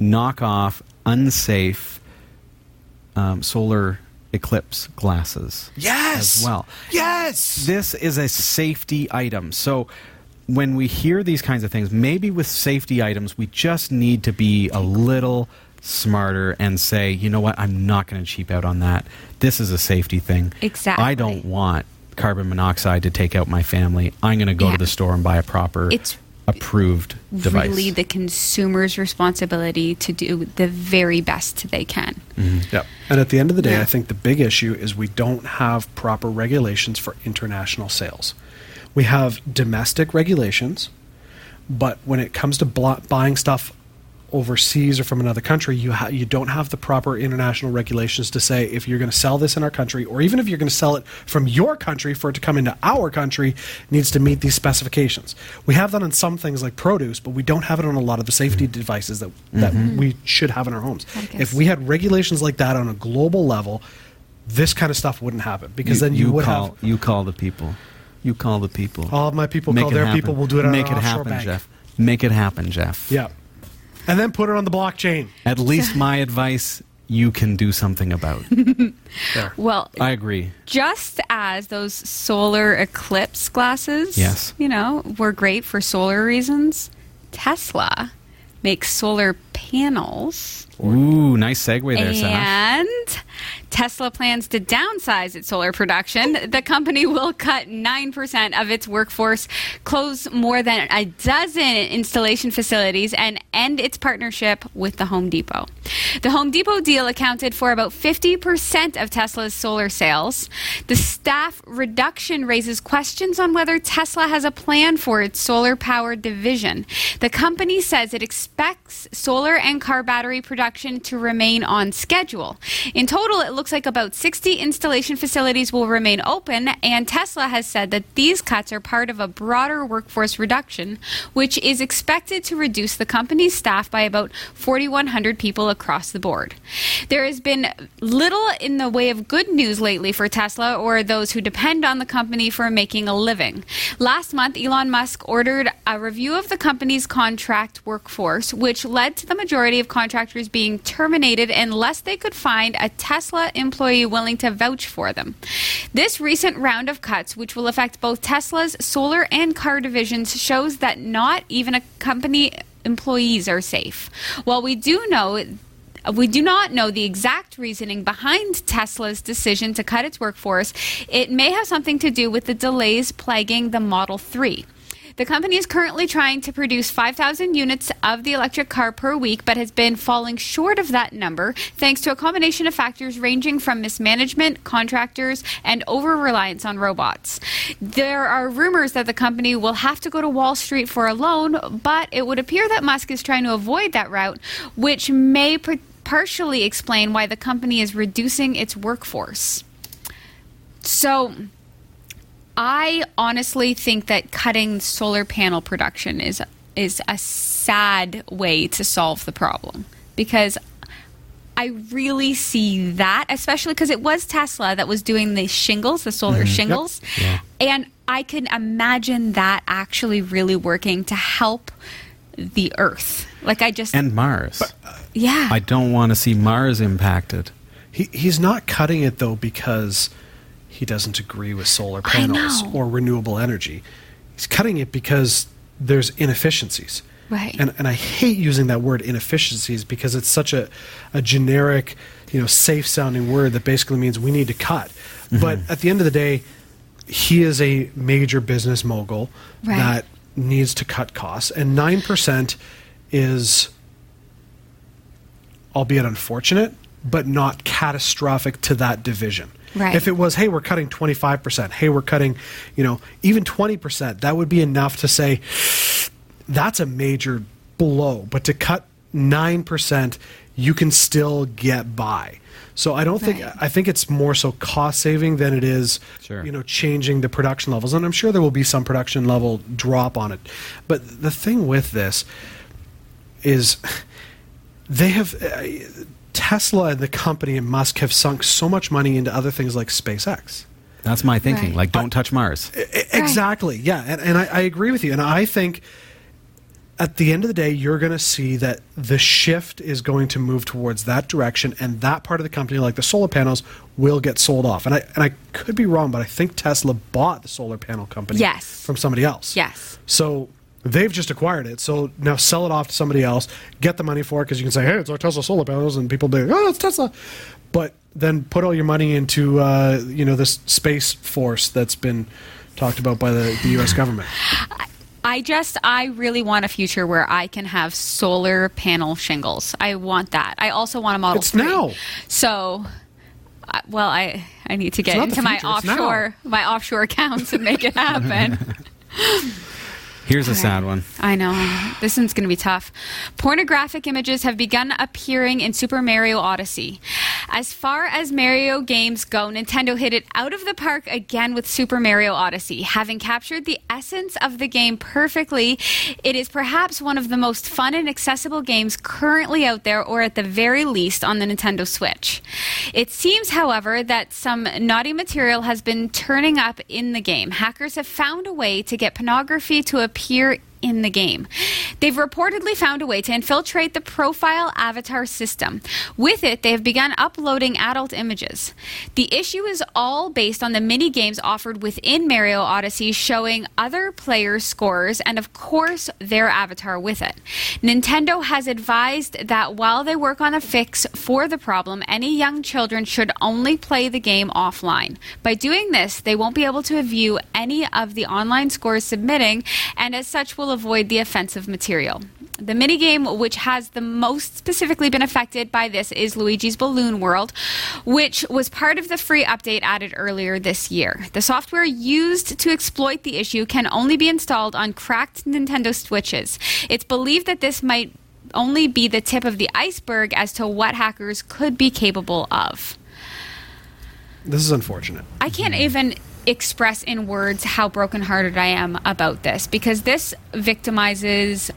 Speaker 5: knockoff, unsafe um, solar eclipse glasses.
Speaker 2: yes.
Speaker 5: As well.
Speaker 2: Yes.
Speaker 5: This is a safety item. So when we hear these kinds of things, maybe with safety items, we just need to be a little smarter and say, you know what, I'm not going to cheap out on that. This is a safety thing.
Speaker 4: Exactly.
Speaker 5: I don't want carbon monoxide to take out my family. I'm going to go
Speaker 4: Yeah.
Speaker 5: to the store and buy a proper
Speaker 4: It's
Speaker 5: approved device.
Speaker 4: Really, the consumer's responsibility to do the very best they can.
Speaker 5: Mm-hmm.
Speaker 2: Yep. And at the end of the day,
Speaker 4: Mm-hmm. Yeah.
Speaker 2: I think the big issue is we don't have proper regulations for international sales. We have domestic regulations, but when it comes to blo- buying stuff overseas or from another country, you ha- you don't have the proper international regulations to say if you're going to sell this in our country or even if you're going to sell it from your country for it to come into our country it needs to meet these specifications. We have that on some things like produce, but we don't have it on a lot of the safety devices that that we should have in our homes. If
Speaker 4: Mm-hmm. guess.
Speaker 2: we had regulations like that on a global level, this kind of stuff wouldn't happen because then you, would
Speaker 5: call,
Speaker 2: have
Speaker 5: you call the people. You call the people.
Speaker 2: All of my people call
Speaker 5: it
Speaker 2: their people. We'll do it on
Speaker 5: Make
Speaker 2: our
Speaker 5: it
Speaker 2: offshore
Speaker 5: happen,
Speaker 2: bank.
Speaker 5: Jeff. Make it happen, Jeff.
Speaker 2: yeah, and then put it on the blockchain.
Speaker 5: At least my advice you can do something about.
Speaker 4: Well,
Speaker 5: I agree.
Speaker 4: just as those solar eclipse glasses,
Speaker 5: Yes.
Speaker 4: you know, were great for solar reasons, Tesla makes solar panels
Speaker 5: Ooh, nice segue there, Seth.
Speaker 4: and Tesla plans to downsize its solar production. The company will cut 9% of its workforce, close more than a dozen installation facilities, and end its partnership with the Home Depot. The Home Depot deal accounted for about 50% of Tesla's solar sales. The staff reduction raises questions on whether Tesla has a plan for its solar powered division. The company says it expects solar and car battery production to remain on schedule. In total, it looks looks like about 60 installation facilities will remain open, and Tesla has said that these cuts are part of a broader workforce reduction, which is expected to reduce the company's staff by about 4,100 people across the board. There has been little in the way of good news lately for Tesla or those who depend on the company for making a living. Last month, Elon Musk ordered a review of the company's contract workforce, which led to the majority of contractors being terminated unless they could find a Tesla employee willing to vouch for them. This recent round of cuts, which will affect both Tesla's solar and car divisions, shows that not even a company employees are safe. While we do know we do not know the exact reasoning behind Tesla's decision to cut its workforce. It may have something to do with the delays plaguing the Model 3. The company is currently trying to produce 5,000 units of the electric car per week, but has been falling short of that number thanks to a combination of factors ranging from mismanagement, contractors, and over reliance on robots. There are rumors that the company will have to go to Wall Street for a loan, but it would appear that Musk is trying to avoid that route, which may par- partially explain why the company is reducing its workforce. So, I honestly think that cutting solar panel production is is a sad way to solve the problem because I really see that, especially because it was Tesla that was doing the shingles, the
Speaker 5: Mm-hmm.
Speaker 4: solar shingles, and I can imagine that actually really working to help the Earth. Like I just,
Speaker 5: And Mars.
Speaker 4: yeah,
Speaker 5: I don't want to see Mars impacted.
Speaker 2: He, he's not cutting it though because he doesn't agree with solar panels
Speaker 4: know.
Speaker 2: or renewable energy. He's cutting it because there's inefficiencies.
Speaker 4: Right.
Speaker 2: And and I hate using that word inefficiencies because it's such a, a generic, you know, safe sounding word that basically means we need to cut. But at the end of the day, he is a major business mogul
Speaker 4: Right.
Speaker 2: that needs to cut costs. And nine percent is albeit unfortunate, but not catastrophic to that division.
Speaker 4: Right.
Speaker 2: If it was, hey, we're cutting 25%, hey, we're cutting, you know, even 20%, that would be enough to say that's a major blow. But to cut 9%, you can still get by. So I don't
Speaker 4: Right.
Speaker 2: think I think it's more so cost saving than it is
Speaker 5: Sure.
Speaker 2: you know changing the production levels and I'm sure there will be some production level drop on it. But the thing with this is they have uh, Tesla and the company and Musk have sunk so much money into other things like SpaceX.
Speaker 5: That's my thinking.
Speaker 4: Right.
Speaker 5: Like, don't touch Mars.
Speaker 2: I- Exactly. Yeah, and, and I, I agree with you. And I think at the end of the day, you're going to see that the shift is going to move towards that direction, and that part of the company, like the solar panels, will get sold off. And I and I could be wrong, but I think Tesla bought the solar panel company
Speaker 4: Yes.
Speaker 2: from somebody else.
Speaker 4: Yes.
Speaker 2: So. They've just acquired it, so now sell it off to somebody else, get the money for it because you can say, "Hey, it's our Tesla solar panels," and people be, like, "Oh, it's Tesla," but then put all your money into uh, you know this space force that's been talked about by the, the U.S. government.
Speaker 4: I just, I really want a future where I can have solar panel shingles. I want that. I also want a model.
Speaker 2: It's
Speaker 4: 3.
Speaker 2: now.
Speaker 4: So, I- well, I I need to get
Speaker 2: not the
Speaker 4: into my
Speaker 2: future, it's now.
Speaker 4: offshore my offshore accounts and make it happen.
Speaker 5: Here's a sad one.
Speaker 4: I know. This one's going to be tough. Pornographic images have begun appearing in Super Mario Odyssey. As far as Mario games go, Nintendo hit it out of the park again with Super Mario Odyssey. Having captured the essence of the game perfectly, it is perhaps one of the most fun and accessible games currently out there, or at the very least on the Nintendo Switch. It seems, however, that some naughty material has been turning up in the game. Hackers have found a way to get pornography to appear in the game. They've reportedly found a way to infiltrate the profile avatar system. With it, they have begun uploading adult images. The issue is all based on the mini games offered within Mario Odyssey showing other players' scores and, of course, their avatar with it. Nintendo has advised that while they work on a fix for the problem, any young children should only play the game offline. By doing this, they won't be able to view any of the online scores submitting and as such will avoid the offensive material. The minigame which has the most specifically been affected by this is Luigi's Balloon World, which was part of the free update added earlier this year. The software used to exploit the issue can only be installed on cracked Nintendo Switches. It's believed that this might only be the tip of the iceberg as to what hackers could be capable of.
Speaker 2: This is unfortunate.
Speaker 4: I can't even express in words how brokenhearted I am about this because this victimizes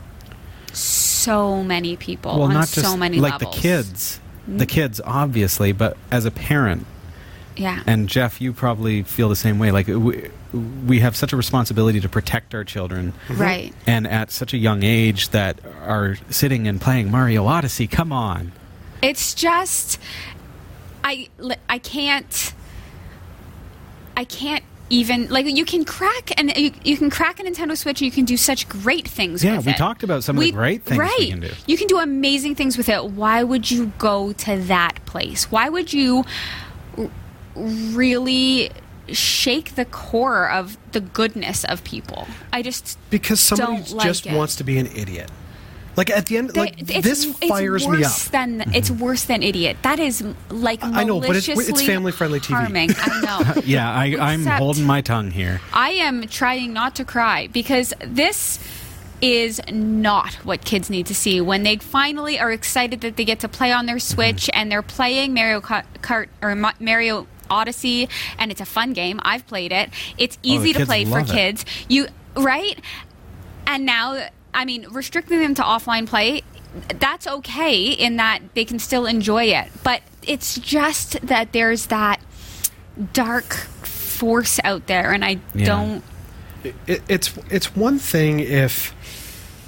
Speaker 4: so many people
Speaker 5: well,
Speaker 4: on
Speaker 5: not
Speaker 4: so
Speaker 5: just
Speaker 4: many
Speaker 5: like
Speaker 4: levels. Mm.
Speaker 5: the kids, the kids obviously, but as a parent,
Speaker 4: Yeah.
Speaker 5: and Jeff, you probably feel the same way. Like we, we have such a responsibility to protect our children,
Speaker 4: right.
Speaker 5: and at such a young age that are sitting and playing Mario Odyssey. Come on,
Speaker 4: It's just I li- I can't I can't even like you can crack and you, you can crack a Nintendo Switch and you can do such great things
Speaker 5: Yeah,
Speaker 4: with
Speaker 5: we
Speaker 4: it.
Speaker 5: talked about some of the great things we
Speaker 4: right.
Speaker 5: can do.
Speaker 4: You can do amazing things with it. Why would you go to that place? Why would you r- really shake the core of the goodness of people? I just
Speaker 2: because somebody
Speaker 4: don't like
Speaker 2: just
Speaker 4: it.
Speaker 2: wants to be an idiot. Like at the end,
Speaker 4: They-
Speaker 2: like this fires me up. Mm-hmm.
Speaker 4: worse Than, It's worse than idiot. That is like
Speaker 2: I know, but it's- it's
Speaker 4: maliciously
Speaker 2: family-friendly TV.
Speaker 4: Harming. I know.
Speaker 5: yeah, I, I'm
Speaker 4: Except-
Speaker 5: holding my tongue here.
Speaker 4: I am trying not to cry because this is not what kids need to see when they finally are excited that they get to play on their
Speaker 2: Mm-hmm.
Speaker 4: Switch and they're playing Mario Ka- Kart or Ma- Mario Odyssey and it's a fun game. I've played it.
Speaker 2: Oh,
Speaker 4: It's easy to
Speaker 5: kids
Speaker 4: play for
Speaker 5: love it.
Speaker 4: kids. You right? And now, I mean, restricting them to offline play, that's okay in that they can still enjoy it. But it's just that there's that dark force out there, and I
Speaker 5: Yeah.
Speaker 4: don't.
Speaker 2: it, it's it's one thing if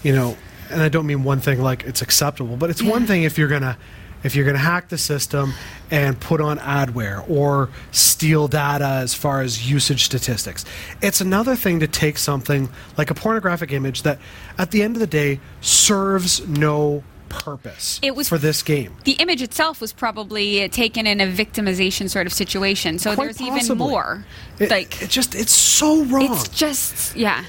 Speaker 2: you know, and I don't mean one thing like it's acceptable, but it's one thing if you're gonna if you're gonna hack the system and put on adware or steal data as far as usage statistics. It's another thing to take something like a pornographic image that, at the end of the day, serves no purpose.
Speaker 4: It was-
Speaker 2: for this game.
Speaker 4: The image itself was probably taken in a victimization sort of situation, so
Speaker 2: Quite
Speaker 4: there's even
Speaker 2: possibly.
Speaker 4: more.
Speaker 2: It,
Speaker 4: like
Speaker 2: it just it's so wrong.
Speaker 4: it's just yeah.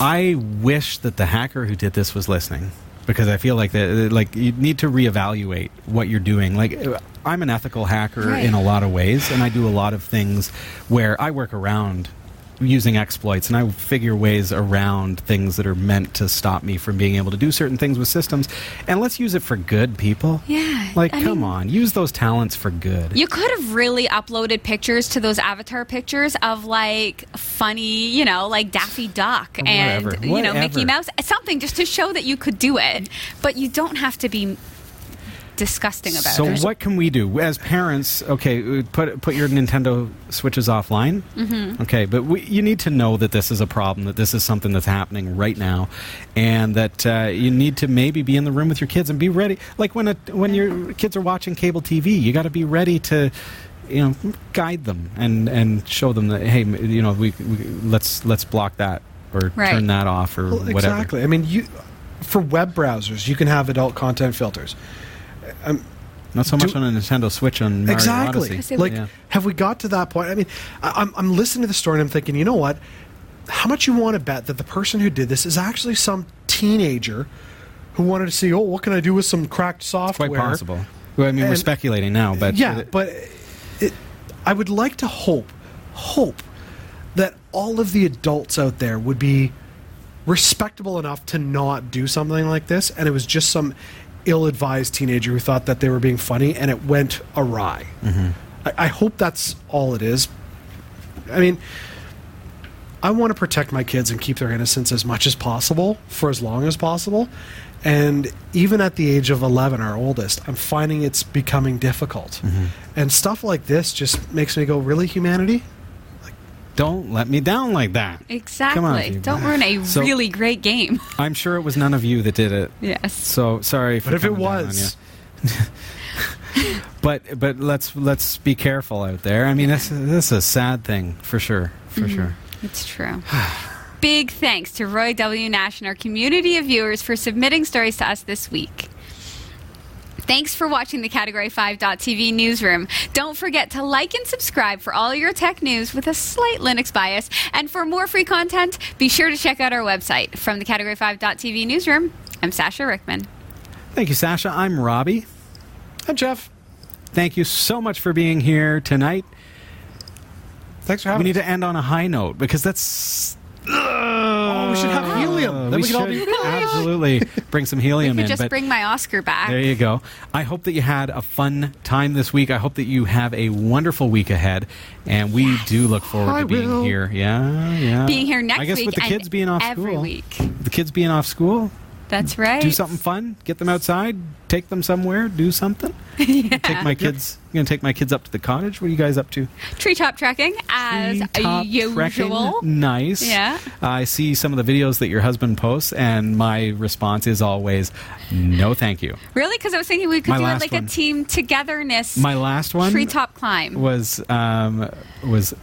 Speaker 5: I wish that the hacker who did this was listening because I feel like that uh, like you need to reevaluate what you're doing. Like uh, I'm an ethical hacker
Speaker 4: Right.
Speaker 5: in a lot of ways and I do a lot of things where I work around using exploits and I figure ways around things that are meant to stop me from being able to do certain things with systems and let's use it for good people.
Speaker 4: Yeah,
Speaker 5: Like
Speaker 4: I
Speaker 5: come
Speaker 4: mean-
Speaker 5: on, use those talents for good.
Speaker 4: You could have really uploaded pictures to those avatar pictures of like funny, you know, like Daffy Duck and
Speaker 5: Whatever.
Speaker 4: you know
Speaker 5: Whatever.
Speaker 4: Mickey Mouse, something just to show that you could do it, but you don't have to be disgusting about
Speaker 5: So
Speaker 4: it.
Speaker 5: what can we do as parents? Okay, uh, put put your Nintendo Switches offline. Mm-hmm. Okay, but we, you need to know that this is a problem, that this is something that's happening right now, and that uh, you need to maybe be in the room with your kids and be ready. Like when a, when your kids are watching cable TV, you got to be ready to. You know, guide them and and show them that hey, m- you know, we, we let's let's block that or
Speaker 4: Right.
Speaker 5: turn that off or
Speaker 2: Well,
Speaker 5: whatever.
Speaker 2: Exactly. I mean, you for web browsers, you can have adult content filters.
Speaker 5: Not so much
Speaker 2: Do-
Speaker 5: on a Nintendo Switch on Mario
Speaker 2: exactly.
Speaker 5: Odyssey.
Speaker 2: Like,
Speaker 5: Yeah.
Speaker 2: have we got to that point? I mean, I, I'm I'm listening to the story and I'm thinking, you know what? How much you want to bet that the person who did this is actually some teenager who wanted to see, oh, what can I do with some cracked software?
Speaker 5: quite possible. Well, I mean, we're
Speaker 2: And-
Speaker 5: speculating now, but
Speaker 2: yeah, but it, I would like to hope, hope that all of the adults out there would be respectable enough to not do something like this, and it was just some ill-advised teenager who thought that they were being funny, and it went awry. I, I hope that's all it is. I mean. I want to protect my kids and keep their innocence as much as possible for as long as possible. And even at the age of 11, our oldest, I'm finding it's becoming difficult. And stuff like this just makes me go, really, humanity?
Speaker 5: don't let me down like that.
Speaker 4: exactly.
Speaker 5: Come on, people.
Speaker 4: don't ruin a
Speaker 5: So-
Speaker 4: really great game.
Speaker 5: I'm sure it was none of you that did it.
Speaker 4: Yes.
Speaker 5: So sorry. For
Speaker 2: But if it
Speaker 5: coming down on
Speaker 2: was-
Speaker 5: you. but but let's let's be careful out there. I mean, this this is a sad thing for sure. For
Speaker 4: Mm-hmm.
Speaker 5: sure.
Speaker 4: It's true. Big thanks to Roy W. Nash and our community of viewers for submitting stories to us this week. Thanks for watching the Category 5.tv newsroom. Don't forget to like and subscribe for all your tech news with a slight Linux bias. And for more free content, be sure to check out our website. From the Category 5.tv newsroom, I'm Sasha Rickman.
Speaker 5: Thank you, Sasha. I'm Robbie.
Speaker 2: And Jeff,
Speaker 5: Thank you so much for being here tonight.
Speaker 2: thanks for
Speaker 5: We
Speaker 2: having
Speaker 5: need
Speaker 2: me.
Speaker 5: to end on a high note because that's.
Speaker 2: Oh, we should have helium. Then we,
Speaker 5: Ah, we
Speaker 2: can all be
Speaker 5: should absolutely bring some helium
Speaker 4: could
Speaker 5: in.
Speaker 4: just
Speaker 5: but
Speaker 4: bring my Oscar back.
Speaker 5: There you go. I hope that you had a fun time this week. I hope that you have a wonderful week ahead. And we do look forward
Speaker 2: I
Speaker 5: to being
Speaker 2: will.
Speaker 5: here. Yeah, yeah.
Speaker 4: Being here next
Speaker 5: I guess
Speaker 4: week
Speaker 5: with the
Speaker 4: and
Speaker 5: kids being off
Speaker 4: every
Speaker 5: school.
Speaker 4: week.
Speaker 5: The kids being off school,
Speaker 4: That's right.
Speaker 5: do something fun. Get them outside. Take them somewhere. Do something. Take my kids. I'm gonna take my kids up to the cottage. What are you guys up to?
Speaker 4: Treetop trekking as
Speaker 5: Treetop
Speaker 4: usual.
Speaker 5: trekking. Nice.
Speaker 4: Yeah.
Speaker 5: I see some of the videos that your husband posts, and my response is always, "No, thank you."
Speaker 4: Really? Because I was thinking we could
Speaker 5: My
Speaker 4: do
Speaker 5: last
Speaker 4: it like
Speaker 5: one.
Speaker 4: a team togetherness.
Speaker 5: My last one
Speaker 4: treetop climb.
Speaker 5: was um, was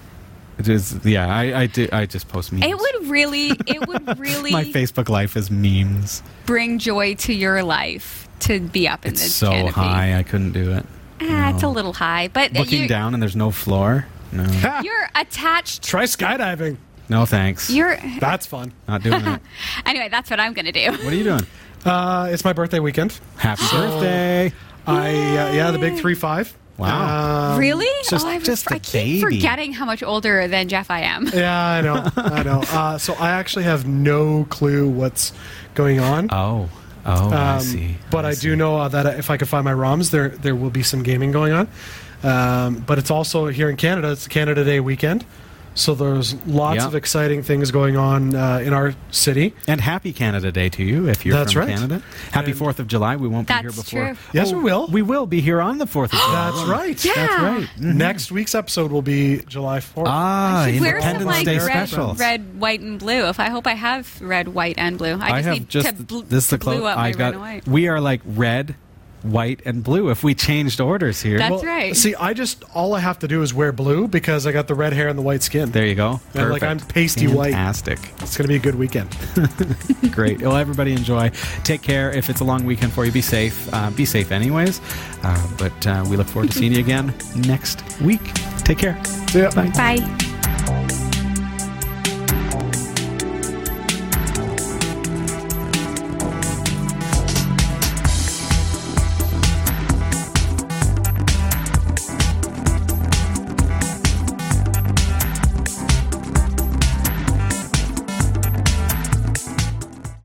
Speaker 5: it is yeah. I I, do, I just post memes.
Speaker 4: It would really, it would really
Speaker 5: My Facebook life is memes.
Speaker 4: bring joy to your life to be up in
Speaker 5: It's
Speaker 4: this
Speaker 5: so
Speaker 4: canopy.
Speaker 5: high, I couldn't do it.
Speaker 4: Ah, it's a little high, but
Speaker 5: Looking
Speaker 4: you're,
Speaker 5: down and there's no floor. No,
Speaker 4: you're attached.
Speaker 2: Try skydiving.
Speaker 5: no thanks.
Speaker 4: You're
Speaker 2: That's fun.
Speaker 5: Not doing it.
Speaker 4: anyway. That's what I'm gonna do.
Speaker 5: What are you doing?
Speaker 2: Uh, it's my birthday weekend.
Speaker 5: Happy birthday!
Speaker 2: I uh, yeah, the big three five. Uh,
Speaker 5: Wow.
Speaker 4: really?
Speaker 5: um, just-
Speaker 4: oh, I, was,
Speaker 5: just a
Speaker 4: I keep
Speaker 5: baby.
Speaker 4: forgetting how much older than Jeff I am.
Speaker 2: Yeah, I know. I know. Uh, so I actually have no clue what's going on.
Speaker 5: Oh, oh, I
Speaker 2: Um,
Speaker 5: see.
Speaker 2: But I, do
Speaker 5: see.
Speaker 2: know uh, that if I can find my ROMs, there there will be some gaming going on. Um, but it's also here in Canada. It's Canada Day weekend, so there's lots
Speaker 5: Yeah.
Speaker 2: of exciting things going on uh, in our city.
Speaker 5: And happy Canada Day to you if you're
Speaker 2: That's
Speaker 5: from
Speaker 2: right.
Speaker 5: Canada. Happy
Speaker 2: And-
Speaker 5: Fourth of July. We won't be here
Speaker 4: That's
Speaker 5: before. Oh,
Speaker 4: true.
Speaker 2: Yes, we will.
Speaker 5: We will be here on the Fourth of July.
Speaker 2: That's right.
Speaker 5: That's right.
Speaker 2: Next week's episode will be July fourth.
Speaker 5: Ah,
Speaker 4: Should wear
Speaker 5: Independence
Speaker 4: some like
Speaker 5: Day
Speaker 4: red,
Speaker 5: special.
Speaker 4: red, white, and blue. If I hope I have red, white, and blue. I,
Speaker 5: I
Speaker 4: just
Speaker 5: have
Speaker 4: need
Speaker 5: just
Speaker 4: to bl-
Speaker 5: this is the
Speaker 4: to blue
Speaker 5: close
Speaker 4: up my
Speaker 5: I
Speaker 4: red and
Speaker 5: got.
Speaker 4: white.
Speaker 5: We are like red, white, and blue. If we changed orders here,
Speaker 4: That's
Speaker 2: Well,
Speaker 4: right.
Speaker 2: See, I just all I have to do is wear blue because I got the red hair and the white skin.
Speaker 5: there you go.
Speaker 2: Yeah, like
Speaker 5: Perfect.
Speaker 2: I'm pasty white.
Speaker 5: Fantastic.
Speaker 2: It's going to be a good weekend.
Speaker 5: Great. Well, everybody enjoy. Take care. If it's a long weekend for you, be safe. Uh, be safe, anyways. Uh, but uh, we look forward to seeing you again next week. Take care.
Speaker 2: See ya.
Speaker 5: Bye.
Speaker 4: Bye.